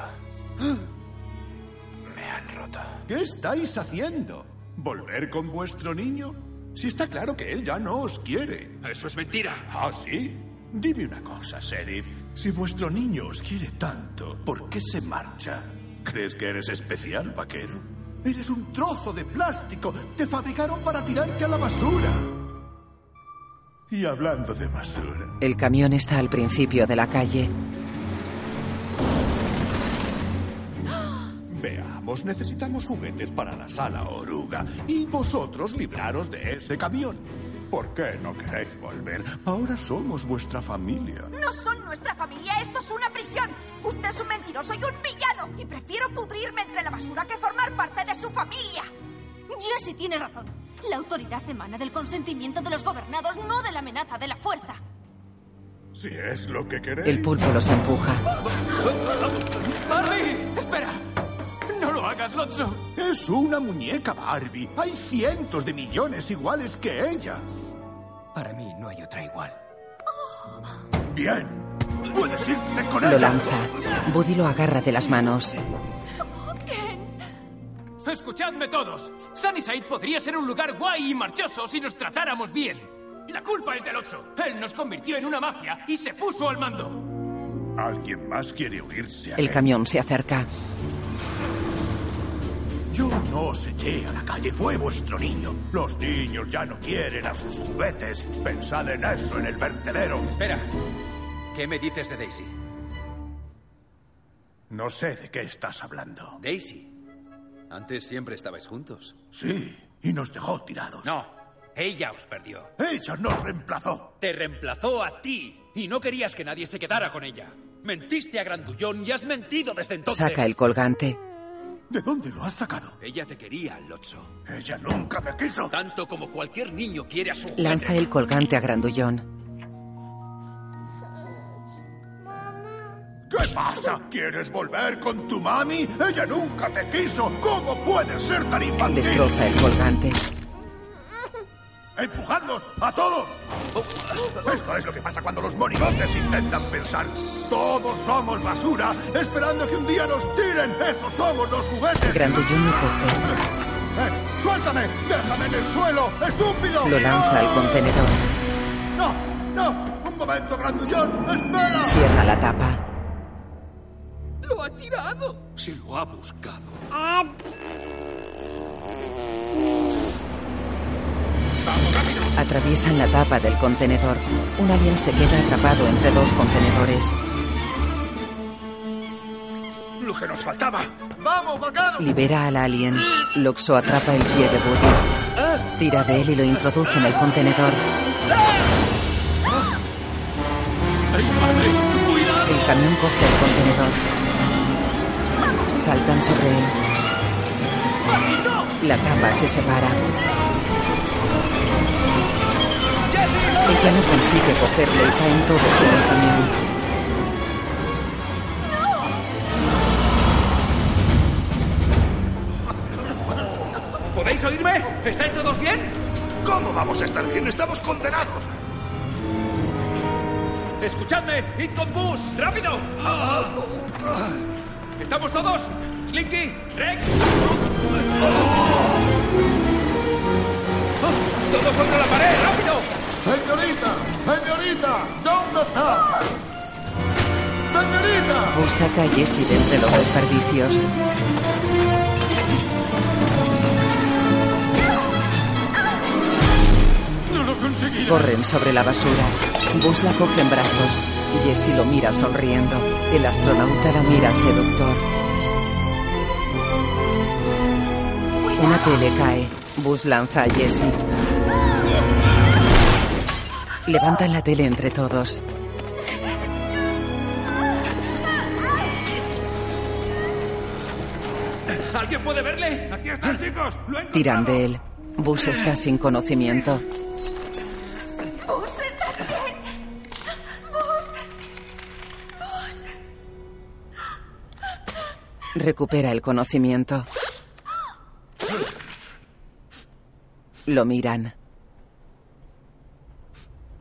Speaker 16: Me han roto.
Speaker 3: ¿Qué estáis haciendo? ¿Volver con vuestro niño? Si está claro que él ya no os quiere.
Speaker 12: Eso es mentira.
Speaker 3: ¿Ah, sí? Dime una cosa, Sheriff. Si vuestro niño os quiere tanto, ¿por qué se marcha? ¿Crees que eres especial, vaquero? Eres un trozo de plástico. Te fabricaron para tirarte a la basura. Y hablando de basura.
Speaker 1: El camión está al principio de la calle.
Speaker 3: Veamos, necesitamos juguetes para la sala oruga. Y vosotros libraros de ese camión. ¿Por qué no queréis volver? Ahora somos vuestra familia.
Speaker 4: No son nuestra familia, esto es una prisión. Usted es un mentiroso y un villano. Y prefiero pudrirme entre la basura que formar parte de su familia.
Speaker 15: Jesse tiene razón. La autoridad emana del consentimiento de los gobernados, no de la amenaza de la fuerza.
Speaker 3: Si es lo que queréis.
Speaker 1: El pulpo los empuja.
Speaker 7: ¡Barbie! ¡Espera! ¡No lo hagas, Lotso!
Speaker 3: Es una muñeca Barbie. Hay cientos de millones iguales que ella.
Speaker 7: Para mí no hay otra igual.
Speaker 3: Bien. Puedes irte con
Speaker 1: Lo
Speaker 3: ella.
Speaker 1: lanza. Buddy lo agarra de las manos.
Speaker 7: Escuchadme todos. Sunnyside podría ser un lugar guay y marchoso si nos tratáramos bien. La culpa es del Lotso. Él nos convirtió en una mafia y se puso al mando.
Speaker 3: ¿Alguien más quiere unirse a
Speaker 1: El
Speaker 3: él?
Speaker 1: camión se acerca.
Speaker 3: Yo no os eché a la calle, fue vuestro niño. Los niños ya no quieren a sus juguetes. Pensad en eso en el vertedero.
Speaker 2: Espera. ¿Qué me dices de Daisy?
Speaker 3: No sé de qué estás hablando.
Speaker 2: Daisy. Antes siempre estabais juntos.
Speaker 3: Sí, y nos dejó tirados.
Speaker 2: No, ella os perdió.
Speaker 3: Ella nos reemplazó.
Speaker 2: Te reemplazó a ti y no querías que nadie se quedara con ella. Mentiste a Grandullón y has mentido desde entonces.
Speaker 1: Saca el colgante.
Speaker 3: ¿De dónde lo has sacado?
Speaker 2: Ella te quería, Lotso.
Speaker 3: Ella nunca me quiso.
Speaker 2: Tanto como cualquier niño quiere a su juguete.
Speaker 1: Lanza el colgante a Grandullón.
Speaker 3: ¿Qué pasa? ¿Quieres volver con tu mami? Ella nunca te quiso. ¿Cómo puedes ser tan infantil?
Speaker 1: Destroza el colgante.
Speaker 3: ¡Empujadnos a todos! Esto es lo que pasa cuando los monigotes intentan pensar. Todos somos basura, esperando que un día nos tiren. ¡Esos somos los juguetes!
Speaker 1: Grandullón lo coge.
Speaker 3: ¡Eh! ¡Suéltame! ¡Déjame en el suelo! ¡Estúpido!
Speaker 1: Lo lanza al contenedor.
Speaker 3: ¡No! ¡No! ¡Un momento, grandullón! ¡Espera!
Speaker 1: Cierra la tapa.
Speaker 6: ¡Lo ha tirado!
Speaker 7: Se lo ha buscado.
Speaker 19: Ah.
Speaker 1: Atraviesan la tapa del contenedor. Un alien se queda atrapado entre dos contenedores.
Speaker 7: Lo que nos faltaba.
Speaker 3: ¡Vamos, bacano!
Speaker 1: Libera al alien. Loxo atrapa el pie de Buddy. Tira de él y lo introduce en el contenedor. El camión coge el contenedor. Saltan sobre él. La tapa se separa. Ella no consigue cogerlo y caen todos en el camión.
Speaker 7: ¿Podéis oírme? ¿Estáis todos bien? ¿Cómo vamos a estar bien? Estamos condenados. ¡Escuchadme! ¡Id con bus! ¡Rápido! ¿Estamos todos? ¡Clinky! ¡Rex! ¡Todos contra la pared! ¡Rápido!
Speaker 17: ¡Señorita! ¡Señorita! ¿Dónde está? ¡Señorita!
Speaker 1: Boo saca a Jesse de entre los desperdicios.
Speaker 7: ¡No lo conseguiré!
Speaker 1: Corren sobre la basura. Buzz la coge en brazos. Jesse lo mira sonriendo. El astronauta la mira seductor. Una tele cae. Buzz lanza a Jesse. Levantan la tele entre todos.
Speaker 7: ¿Alguien puede verle? ¡Aquí están,
Speaker 19: Ah.
Speaker 7: chicos!
Speaker 1: Tiran de él. Buzz está sin conocimiento.
Speaker 19: Bus, ¿estás bien? Bus. Bus.
Speaker 1: Recupera el conocimiento. Lo miran.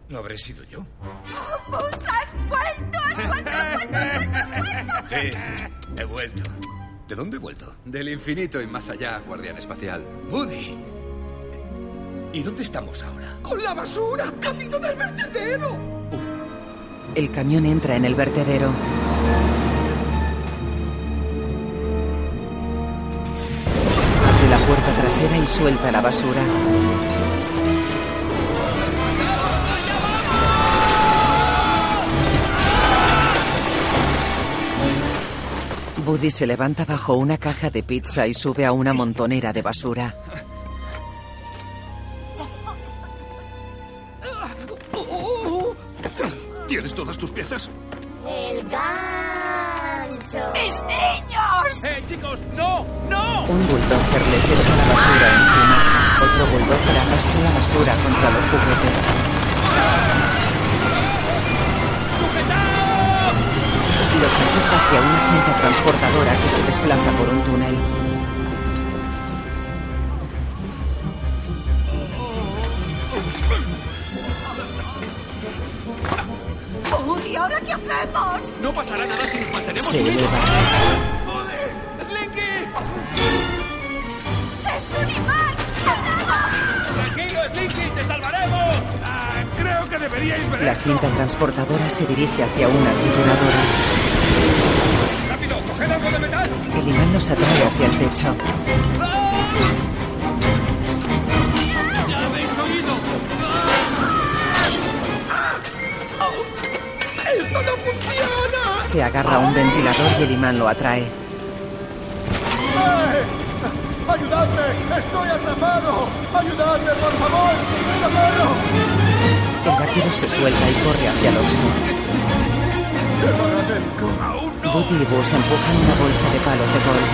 Speaker 10: ¿No habré sido yo?
Speaker 19: Bus, has vuelto, has vuelto, has vuelto, has vuelto, has vuelto.
Speaker 10: Sí, he vuelto.
Speaker 2: ¿De dónde he vuelto? Del infinito y más allá, guardián espacial.
Speaker 10: Woody. ¿Y dónde estamos ahora?
Speaker 6: ¡Con la basura! ¡Camino del vertedero!
Speaker 1: El camión entra en el vertedero. Abre la puerta trasera y suelta la basura. Buddy se levanta bajo una caja de pizza y sube a una montonera de basura.
Speaker 11: ¿Tienes todas tus piezas?
Speaker 6: ¡El gancho!
Speaker 7: ¡Mis niños! ¡Eh, chicos! ¡No! ¡No!
Speaker 1: Un bulldozer les echa la basura encima. Otro bulldozer arrastra la basura contra los juguetes. Los empuja hacia una cinta transportadora que se desplaza por un túnel.
Speaker 4: Woody, ¿ahora qué hacemos?
Speaker 7: No pasará nada si nos mantenemos
Speaker 1: Se
Speaker 7: unidos.
Speaker 1: eleva.
Speaker 19: ¡Es un imán!
Speaker 7: ¡Tranquilo, Slinky! ¡Te salvaremos!
Speaker 11: creo que deberíais ver
Speaker 1: La cinta transportadora se dirige hacia una trituradora.
Speaker 8: ¡Rápido! ¡Coged algo de metal!
Speaker 1: El imán los atrae hacia el techo.
Speaker 7: ¡Ya habéis oído!
Speaker 6: ¡Esto no funciona!
Speaker 1: Se agarra a un ventilador y el imán lo atrae.
Speaker 17: ¡Eh! ¡Ayudadme! ¡Estoy atrapado! ¡Ayudadme, por favor! ¡Socorro!
Speaker 1: El vaquero se suelta y corre hacia el oso. Buddy y Buzz empujan una bolsa de palos de golf.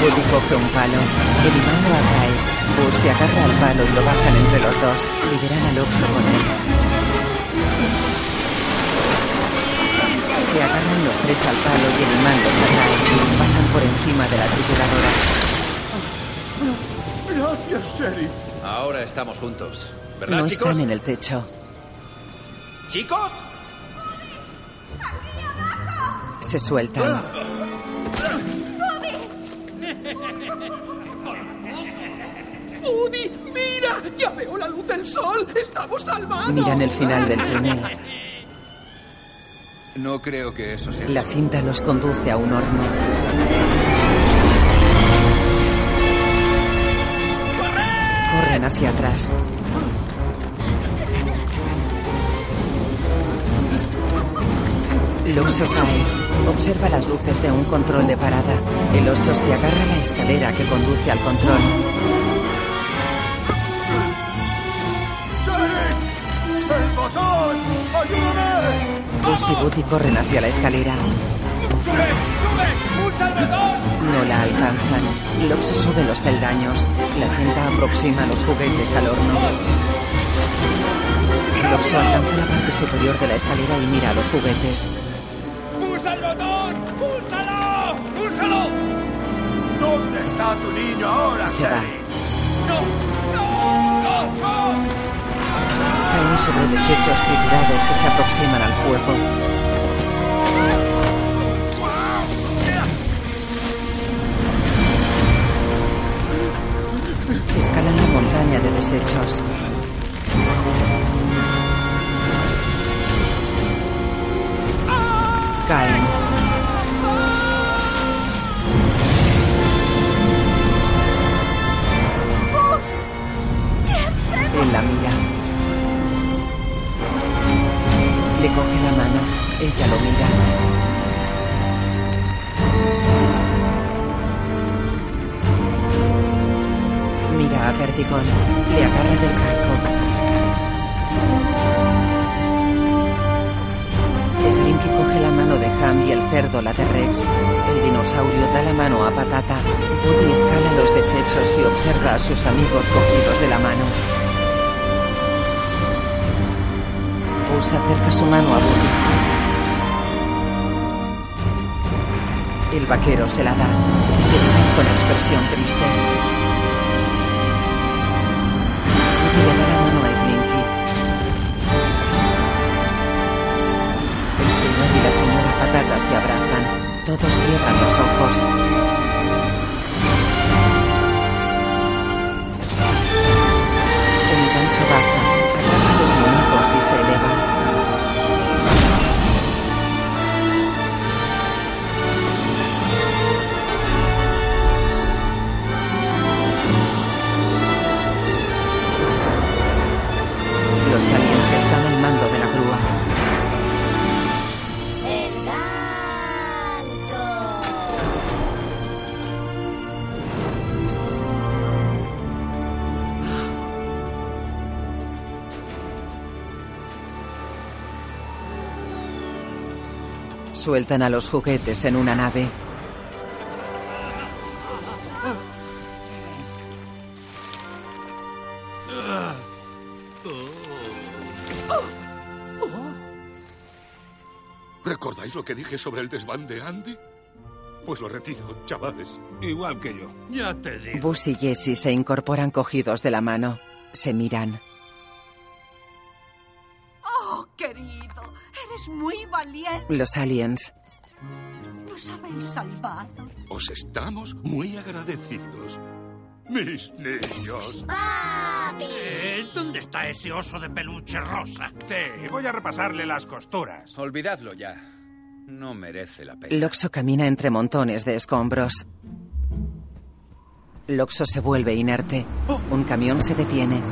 Speaker 1: Buddy coge un palo. El imán lo atrae. Buzz se agarra al palo y lo bajan entre los dos. Liberan al oso con él. Se agarran los tres al palo y el imán los atrae. Pasan por encima de la trituradora.
Speaker 17: Gracias, Sheriff.
Speaker 2: Ahora estamos juntos, ¿verdad,
Speaker 1: No
Speaker 2: chicos?
Speaker 1: están en el techo.
Speaker 2: ¿Chicos?
Speaker 1: Se sueltan.
Speaker 6: ¡Woody, mira! ¡Ya veo la luz del sol! ¡Estamos salvados!
Speaker 1: Miran el final del túnel.
Speaker 2: No creo que eso sea.
Speaker 1: La cinta los conduce a un horno. Corren hacia atrás. El oso cae. Observa las luces de un control de parada. El oso se agarra a la escalera que conduce al control.
Speaker 17: ¡Sheriff! ¡El botón! ¡Ayúdame!
Speaker 1: Buzz y Buddy corren hacia la escalera. No la alcanzan. El oso sube los peldaños. La cinta aproxima los juguetes al horno. El oso alcanza la parte superior de la escalera y mira a los juguetes.
Speaker 7: ¡Pulsa el botón! ¡Púlsalo! ¡Púlsalo!
Speaker 17: ¡No
Speaker 7: ¿Dónde está tu niño ahora,
Speaker 1: Se va.
Speaker 7: Sally?
Speaker 1: Hay un sobre desechos triturados que se aproximan al fuego. Escalan la montaña de desechos. Caen.
Speaker 47: ¡Bus! ¿Qué
Speaker 1: Él
Speaker 47: hacemos?
Speaker 1: la mira. Le coge la mano. Ella lo mira. Mira a Vertigón. Le agarra del casco. Slinky coge la mano de Ham y el cerdo la de Rex. El dinosaurio da la mano a Patata. Woody escala los desechos y observa a sus amigos cogidos de la mano. Pulsa acerca su mano a Woody. El vaquero se la da. Se miran con expresión triste. Woody le da la mano a Slinky. El señor y la señora Patata se abrazan. Todos cierran los ojos. El gancho baja, atrapa a los muñecos y se eleva. Los aliens están al mando de la grúa. Sueltan a los juguetes en una nave.
Speaker 3: ¿Recordáis lo que dije sobre el desván de Andy? Pues lo retiro, chavales. Igual que yo.
Speaker 48: Ya te digo.
Speaker 1: Bus y Jesse se incorporan cogidos de la mano. Se miran.
Speaker 4: Oh, querido, eres muy valiente.
Speaker 1: Los aliens.
Speaker 4: Nos habéis salvado.
Speaker 3: Os estamos muy agradecidos. Mis niños.
Speaker 48: Eh, ¿Dónde está ese oso de peluche rosa?
Speaker 3: Sí, voy a repasarle las costuras.
Speaker 2: Olvidadlo ya. No merece la pena.
Speaker 1: Loxo camina entre montones de escombros. Loxo se vuelve inerte. Un camión se detiene.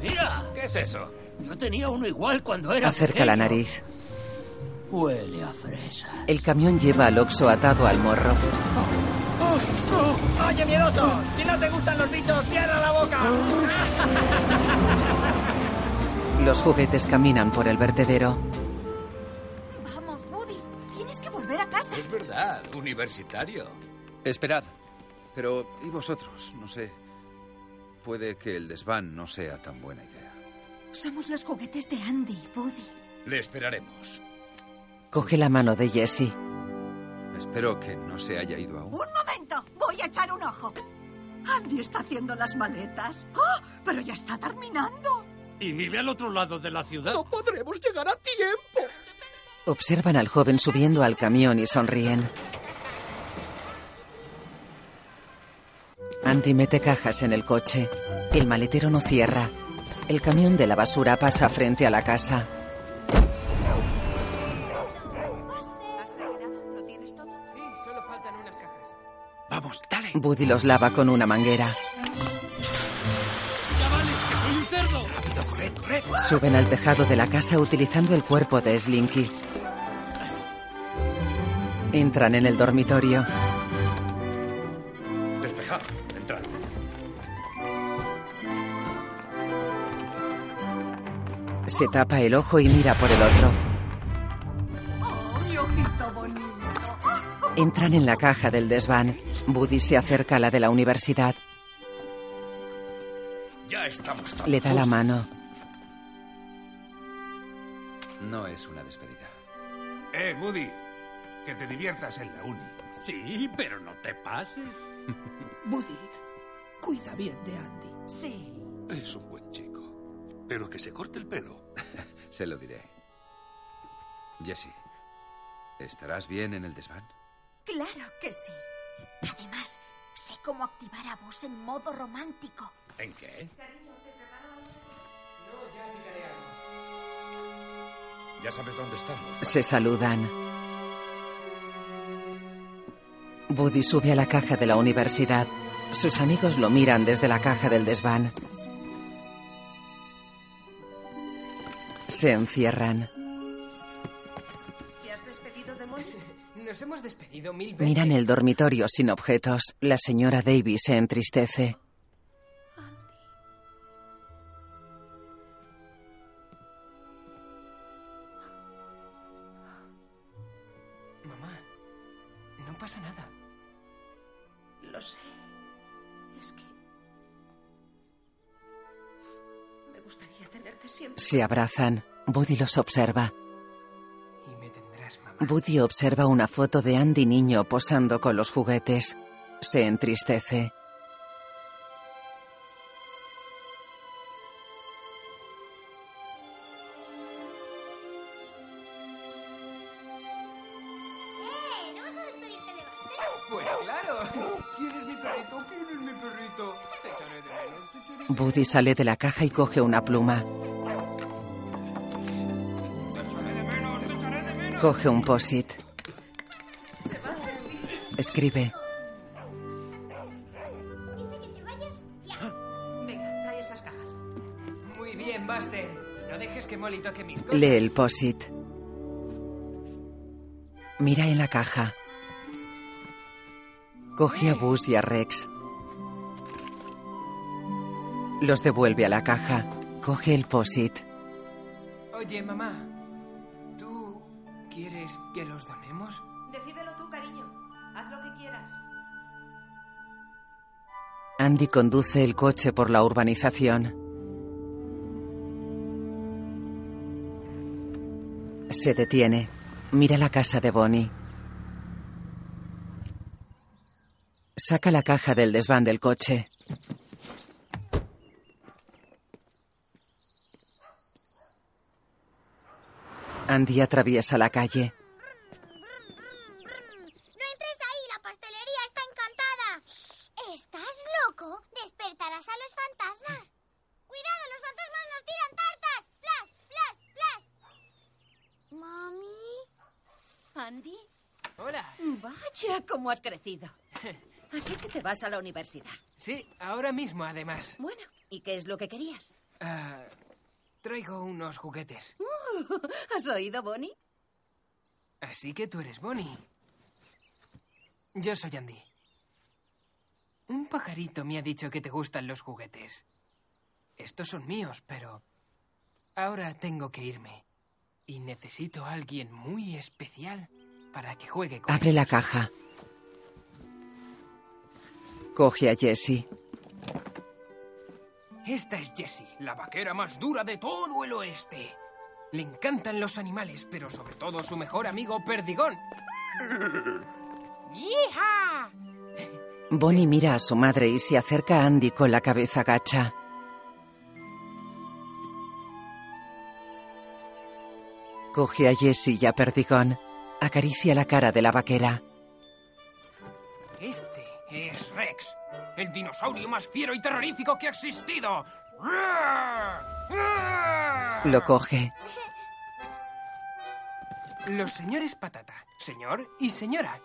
Speaker 6: ¡Mira! ¿Qué es eso? Yo tenía uno igual cuando era.
Speaker 1: Acerca la
Speaker 6: pequeño.
Speaker 1: nariz.
Speaker 6: Huele a fresa.
Speaker 1: El camión lleva a Loxo atado al morro.
Speaker 6: ¡Oye, miedoso! Si no te gustan los bichos, cierra la boca. Ah. *laughs*
Speaker 1: Los juguetes caminan por el vertedero.
Speaker 49: Vamos, Woody, tienes que volver a casa.
Speaker 2: Es verdad, universitario. Esperad. Pero, ¿y vosotros? No sé. Puede que el desván no sea tan buena idea.
Speaker 49: Somos los juguetes de Andy, Woody.
Speaker 2: Le esperaremos.
Speaker 1: Coge la mano de Jesse.
Speaker 2: Espero que no se haya ido aún.
Speaker 4: Un momento, voy a echar un ojo. Andy está haciendo las maletas. ¡Ah! Pero ya está terminando.
Speaker 48: Y vive al otro lado de la ciudad. No
Speaker 50: podremos llegar a tiempo.
Speaker 1: Observan al joven subiendo al camión y sonríen. Andy mete cajas en el coche. El maletero no cierra. El camión de la basura pasa frente a la casa.
Speaker 51: Sí, solo faltan unas cajas.
Speaker 48: Vamos, dale.
Speaker 1: Buddy los lava con una manguera. Suben al tejado de la casa utilizando el cuerpo de Slinky. Entran en el dormitorio.
Speaker 52: Despejado. Entrad.
Speaker 1: Se tapa el ojo y mira por el otro.
Speaker 4: Oh, mi ojito bonito.
Speaker 1: Entran en la caja del desván. Buddy se acerca a la de la universidad.
Speaker 2: Ya estamos todos.
Speaker 1: Le da la mano.
Speaker 2: No es una despedida.
Speaker 3: Eh, Woody, que te diviertas en la uni.
Speaker 12: Sí, pero no te pases.
Speaker 6: Buddy, cuida bien de Andy. Sí.
Speaker 46: Es un buen chico. Pero que se corte el pelo.
Speaker 2: *laughs* Se lo diré. Jesse, ¿estarás bien en el desván?
Speaker 15: Claro que sí. Además, sé cómo activar a vos en modo romántico.
Speaker 10: ¿En qué? Ya sabes dónde estamos.
Speaker 1: Se saludan. Buddy sube a la caja de la universidad. Sus amigos lo miran desde la caja del desván. Se encierran.
Speaker 9: ¿Te has despedido de Molly? *laughs* Nos hemos despedido mil veces.
Speaker 1: Miran el dormitorio sin objetos. La señora Davis se entristece.
Speaker 9: Mamá, no pasa nada.
Speaker 6: Lo sé. Es que. Me gustaría tenerte siempre.
Speaker 1: Se abrazan. Buddy los observa. Buddy observa una foto de Andy niño posando con los juguetes. Se entristece.
Speaker 15: ¡Eh! ¿No vas a despedirte de Buster?
Speaker 9: Pues claro. ¿Quién es mi perrito? ¿Quién es mi perrito? Te echaré de menos, te echaré
Speaker 1: Buddy sale de la caja y coge una pluma. Coge un posit. Escribe.
Speaker 9: Venga, trae esas cajas. Ah. Muy bien, Buster. Y no dejes que Molly toque mis cosas.
Speaker 1: Lee el posit. Mira en la caja. Coge a Bus y a Rex. Los devuelve a la caja. Coge el posit.
Speaker 9: Oye, mamá. ¿Tú quieres que los donemos?
Speaker 19: Decídelo tú, cariño. Haz lo que quieras.
Speaker 1: Andy conduce el coche por la urbanización. Se detiene. Mira la casa de Bonnie. Saca la caja del desván del coche. Andy atraviesa la calle.
Speaker 13: ¡No entres ahí! ¡La pastelería está encantada! ¿Estás loco? ¡Despertarás a los fantasmas! ¡Cuidado! ¡Los fantasmas nos tiran tartas! ¡Flash! ¡Flash! ¡Flash! ¡Mami!
Speaker 20: ¿Andy?
Speaker 9: Hola.
Speaker 20: Vaya, cómo has crecido.
Speaker 9: Así que te vas a la universidad. Sí, ahora mismo, además.
Speaker 20: Bueno, ¿y qué es lo que
Speaker 4: *laughs*
Speaker 20: querías?
Speaker 9: Ah, traigo unos juguetes.
Speaker 20: ¿Has oído, Bonnie?
Speaker 9: Así que tú eres Bonnie. Yo soy Andy. Un pajarito me ha dicho que te gustan los juguetes. Estos son míos, pero ahora tengo que irme. Y necesito a alguien muy especial para que juegue con
Speaker 1: Abre la caja. Coge a Jesse.
Speaker 9: Esta es Jessie, la vaquera más dura de todo el oeste. Le encantan los animales, pero sobre todo su mejor amigo Perdigón.
Speaker 13: ¡Hija!
Speaker 1: Bonnie mira a su madre y se acerca a Andy con la cabeza gacha. Coge a Jesse y a Perdigón. Acaricia la cara de la vaquera.
Speaker 9: Este es Rex, el dinosaurio más fiero y terrorífico que ha existido.
Speaker 1: Lo coge.
Speaker 9: Los señores patata, señor y señora,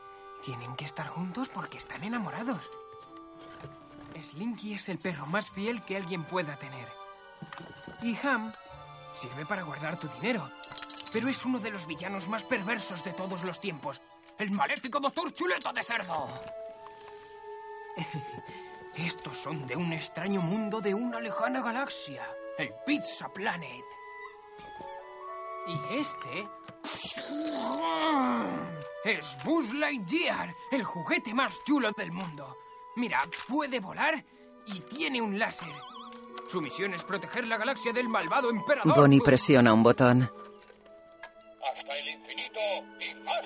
Speaker 9: tienen que estar juntos porque están enamorados. Slinky es el perro más fiel que alguien pueda tener. Y Ham sirve para guardar tu dinero, pero es uno de los villanos más perversos de todos los tiempos. El maléfico doctor Chuleta de Cerdo. *laughs* Estos son de un extraño mundo de una lejana galaxia, el Pizza Planet. Y este es Buzz Lightyear, el juguete más chulo del mundo. Mira, puede volar y tiene un láser. Su misión es proteger la galaxia del malvado emperador.
Speaker 1: Bonnie presiona un botón.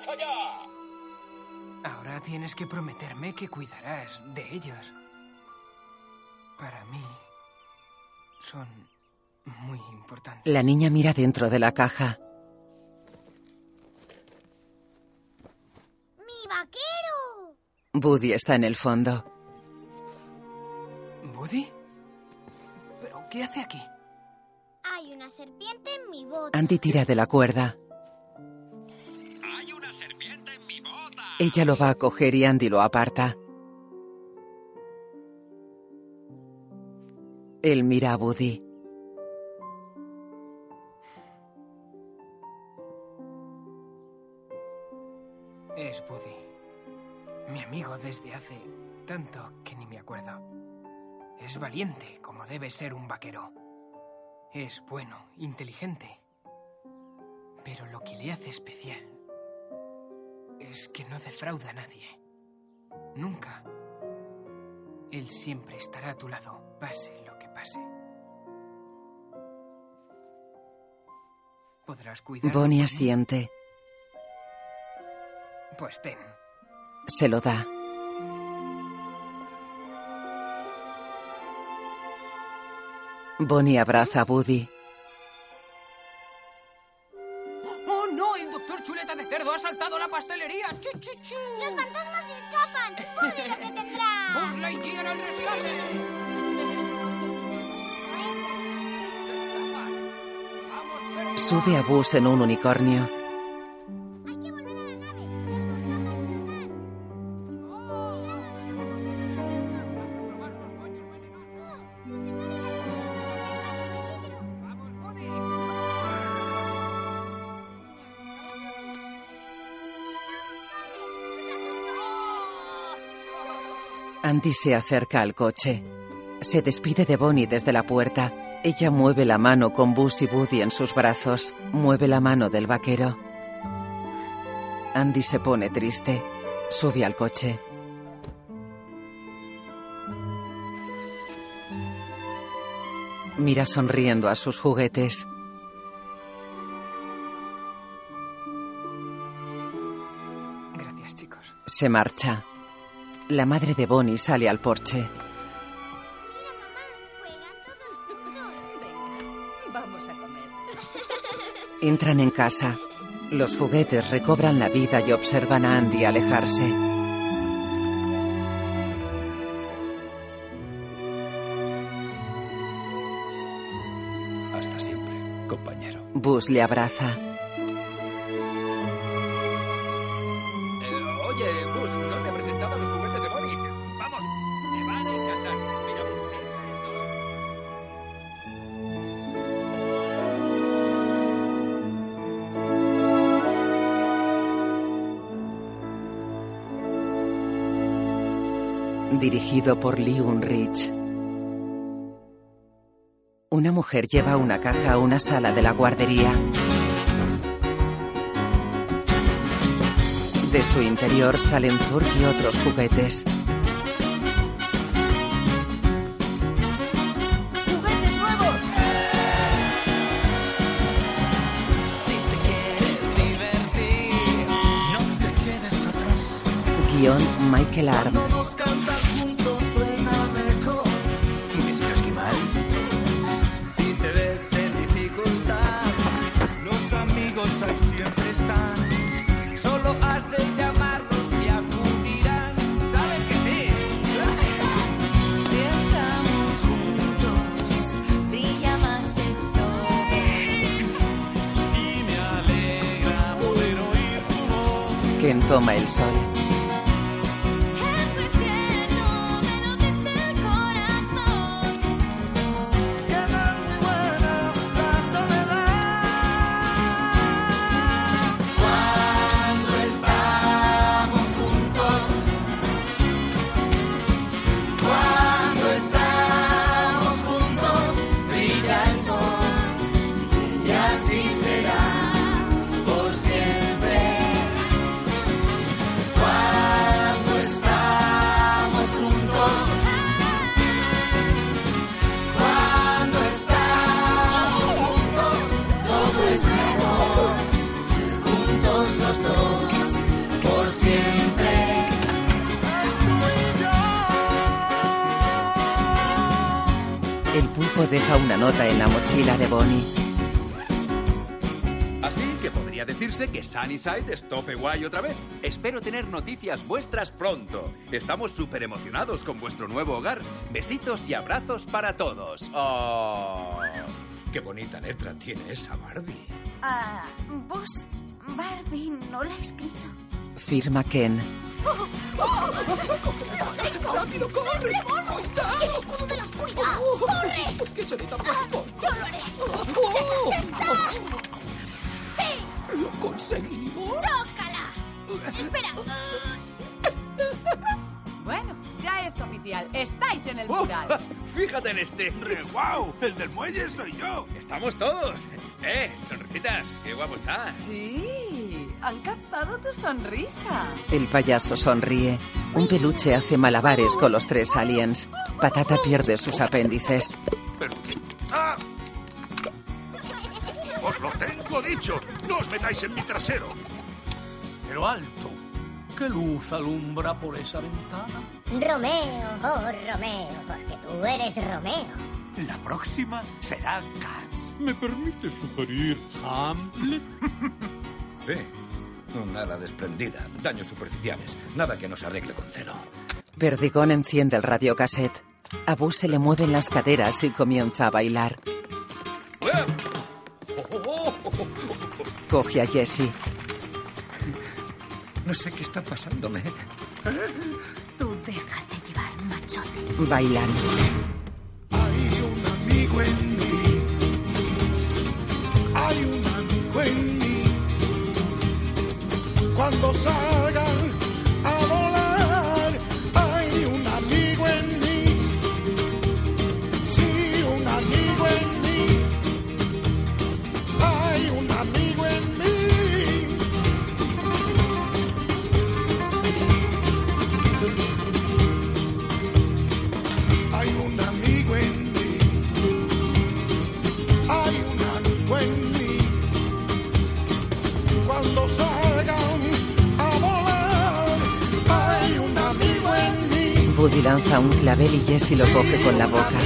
Speaker 9: Fu- Ahora tienes que prometerme que cuidarás de ellos. Para mí son muy importantes.
Speaker 1: La niña mira dentro de la caja.
Speaker 13: ¡Mi vaquero!
Speaker 1: Buddy está en el fondo.
Speaker 9: ¿Buddy? ¿Pero qué hace aquí?
Speaker 13: Hay una serpiente en mi bote.
Speaker 1: Andy tira de la cuerda. Ella lo va a coger y Andy lo aparta. Él mira a Buddy.
Speaker 9: Es Buddy. Mi amigo desde hace tanto que ni me acuerdo. Es valiente, como debe ser un vaquero. Es bueno, inteligente. Pero lo que le hace especial es que no defrauda a nadie. Nunca. Él siempre estará a tu lado, pase lo que pase. ¿Podrás cuidar?
Speaker 1: Bonnie asiente.
Speaker 9: Pues ten.
Speaker 1: Se lo da. Bonnie abraza a Buddy.
Speaker 9: ¡Oh, no! ¡El doctor Chuleta de Cerdo ha saltado la pastelería! ¡Chu, chu, chu!
Speaker 13: ¡Los fantasmas se escapan! ¡Pobre lo que tendrá!
Speaker 9: ¡Buzz Lightyear al rescate!
Speaker 1: Sube a Bus en un unicornio. Andy se acerca al coche. Se despide de Bonnie desde la puerta. Ella mueve la mano con Bus y Buddy en sus brazos. Mueve la mano del vaquero. Andy se pone triste. Sube al coche. Mira sonriendo a sus juguetes.
Speaker 9: Gracias, chicos.
Speaker 1: Se marcha. La madre de Bonnie sale al porche.
Speaker 19: Vamos a comer.
Speaker 1: Entran en casa. Los juguetes recobran la vida y observan a Andy alejarse.
Speaker 10: Hasta siempre, compañero.
Speaker 1: Bus le abraza.
Speaker 2: Eh,
Speaker 10: oye, Bus, no te he presentado los juguetes de Bonnie. Vamos, te van a encantar. Mira,
Speaker 1: Dirigido por Lee Unrich. Una mujer lleva una caja a una sala de la guardería. De su interior salen Zurg y otros juguetes.
Speaker 6: ¡Juguetes nuevos! Si te quieres divertir, no te quedes atrás.
Speaker 1: Guión Michael Arm.
Speaker 6: Podemos cantar juntos, suena mejor. ¿Me siento esquimal? Si te ves en dificultad, los amigos ahí siempre están. Solo has de llamarlos y acudirán. ¿Sabes que sí? Si estamos juntos, brilla más el sol. Y me alegra poder oír tu voz.
Speaker 1: Quien toma el sol.
Speaker 6: Cuando estamos juntos, cuando estamos juntos, brilla el sol y así será por siempre. Cuando
Speaker 1: El pulpo deja una nota en la mochila de Bonnie.
Speaker 2: Así que podría decirse que Sunnyside es tope guay otra vez. Espero tener noticias vuestras pronto. Estamos súper emocionados con vuestro nuevo hogar. Besitos y abrazos para todos. Oh.
Speaker 53: Qué bonita letra tiene esa Barbie.
Speaker 4: Ah, vos, Barbie, no la ha escrito.
Speaker 1: Firma Ken.
Speaker 7: ¡Rápido, corre! ¡Ahí está!
Speaker 6: ¡El escudo de la oscuridad! ¡Corre!
Speaker 7: ¡Que se tan mágico!
Speaker 6: ¡Yo lo haré!
Speaker 7: ¡Oh!
Speaker 6: ¡Sí!
Speaker 7: ¡Lo conseguimos!
Speaker 6: ¡Chócala! Espera.
Speaker 54: Bueno, ya es oficial. Estáis en el mural.
Speaker 2: *laughs* Fíjate en este. ¡Re
Speaker 55: guau! ¡El del muelle soy yo!
Speaker 2: Estamos todos. Eh, sonrisitas, qué guapo estás.
Speaker 54: Sí, han captado tu sonrisa.
Speaker 1: El payaso sonríe. Un peluche hace malabares con los tres aliens. Patata pierde sus apéndices.
Speaker 55: ¡Ah! ¡Os lo tengo dicho! ¡No os metáis en mi trasero!
Speaker 56: Pero alto. ¿Qué luz alumbra por esa ventana?
Speaker 17: Romeo, oh Romeo, porque tú eres Romeo.
Speaker 56: La próxima será Cats. ¿Me permite sugerir Hamlet?
Speaker 53: Sí.
Speaker 57: Una ala desprendida, daños superficiales, nada que nos arregle con celo.
Speaker 1: Perdigón enciende el radiocassette. A Boo se le mueven las caderas y comienza a bailar. Coge a Jessie.
Speaker 57: No sé qué está pasándome.
Speaker 58: Tú déjate llevar, machote.
Speaker 1: Bailan.
Speaker 7: amigo en mí. Hay un amigo en mí. Cuando salgan a volar, hay un amigo en mí. Sí, un amigo en mí. Hay un amigo en mí. Hay un amigo en mí. Hay un amigo en mí. Cuando salgan a volar, hay un amigo en mí.
Speaker 1: Buddy lanza un clavel y Jessie lo coge con la boca.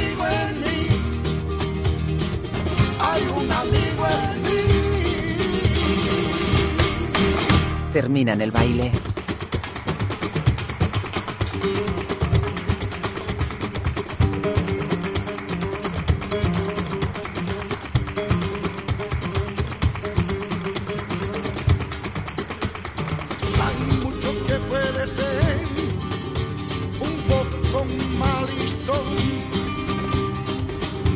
Speaker 7: Hay un amigo en mí.
Speaker 1: Terminan el baile.
Speaker 7: Hay mucho que puede ser un poco mal listo,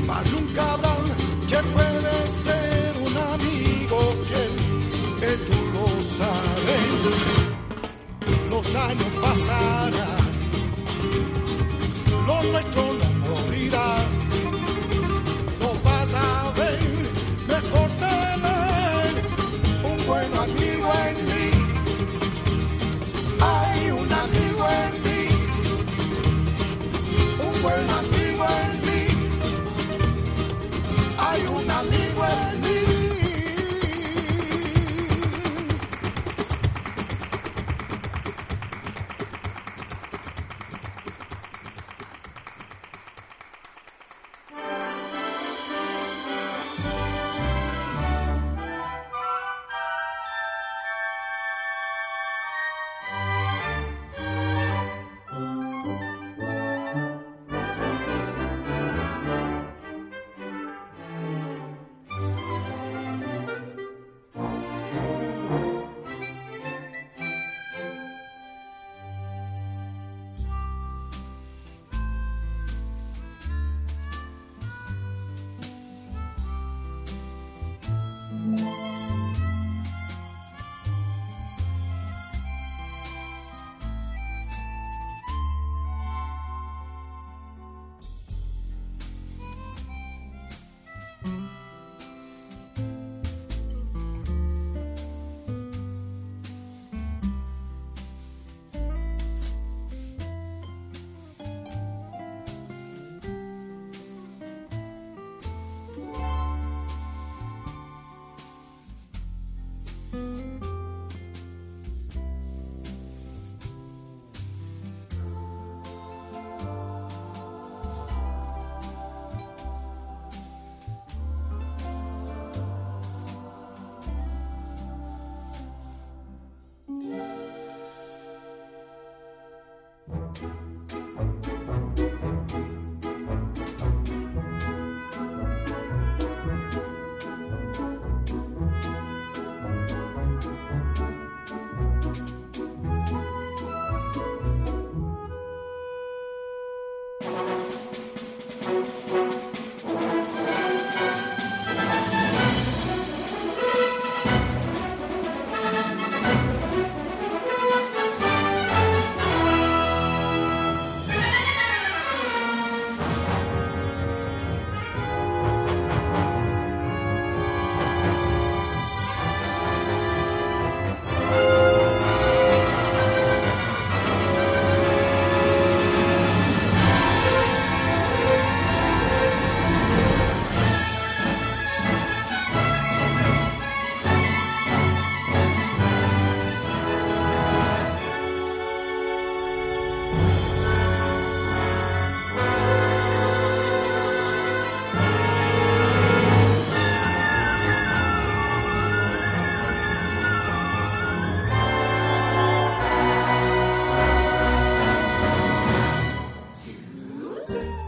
Speaker 7: mas nunca habrá que puede ser un amigo fiel, que tú lo sabes. Los años pasarán, lo nuestro no morirá, lo vas a ver mejor tener un buen amigo en mí. Hay un amigo en mí, un buen amigo en mí. Hay un amigo en mí.
Speaker 6: Bye.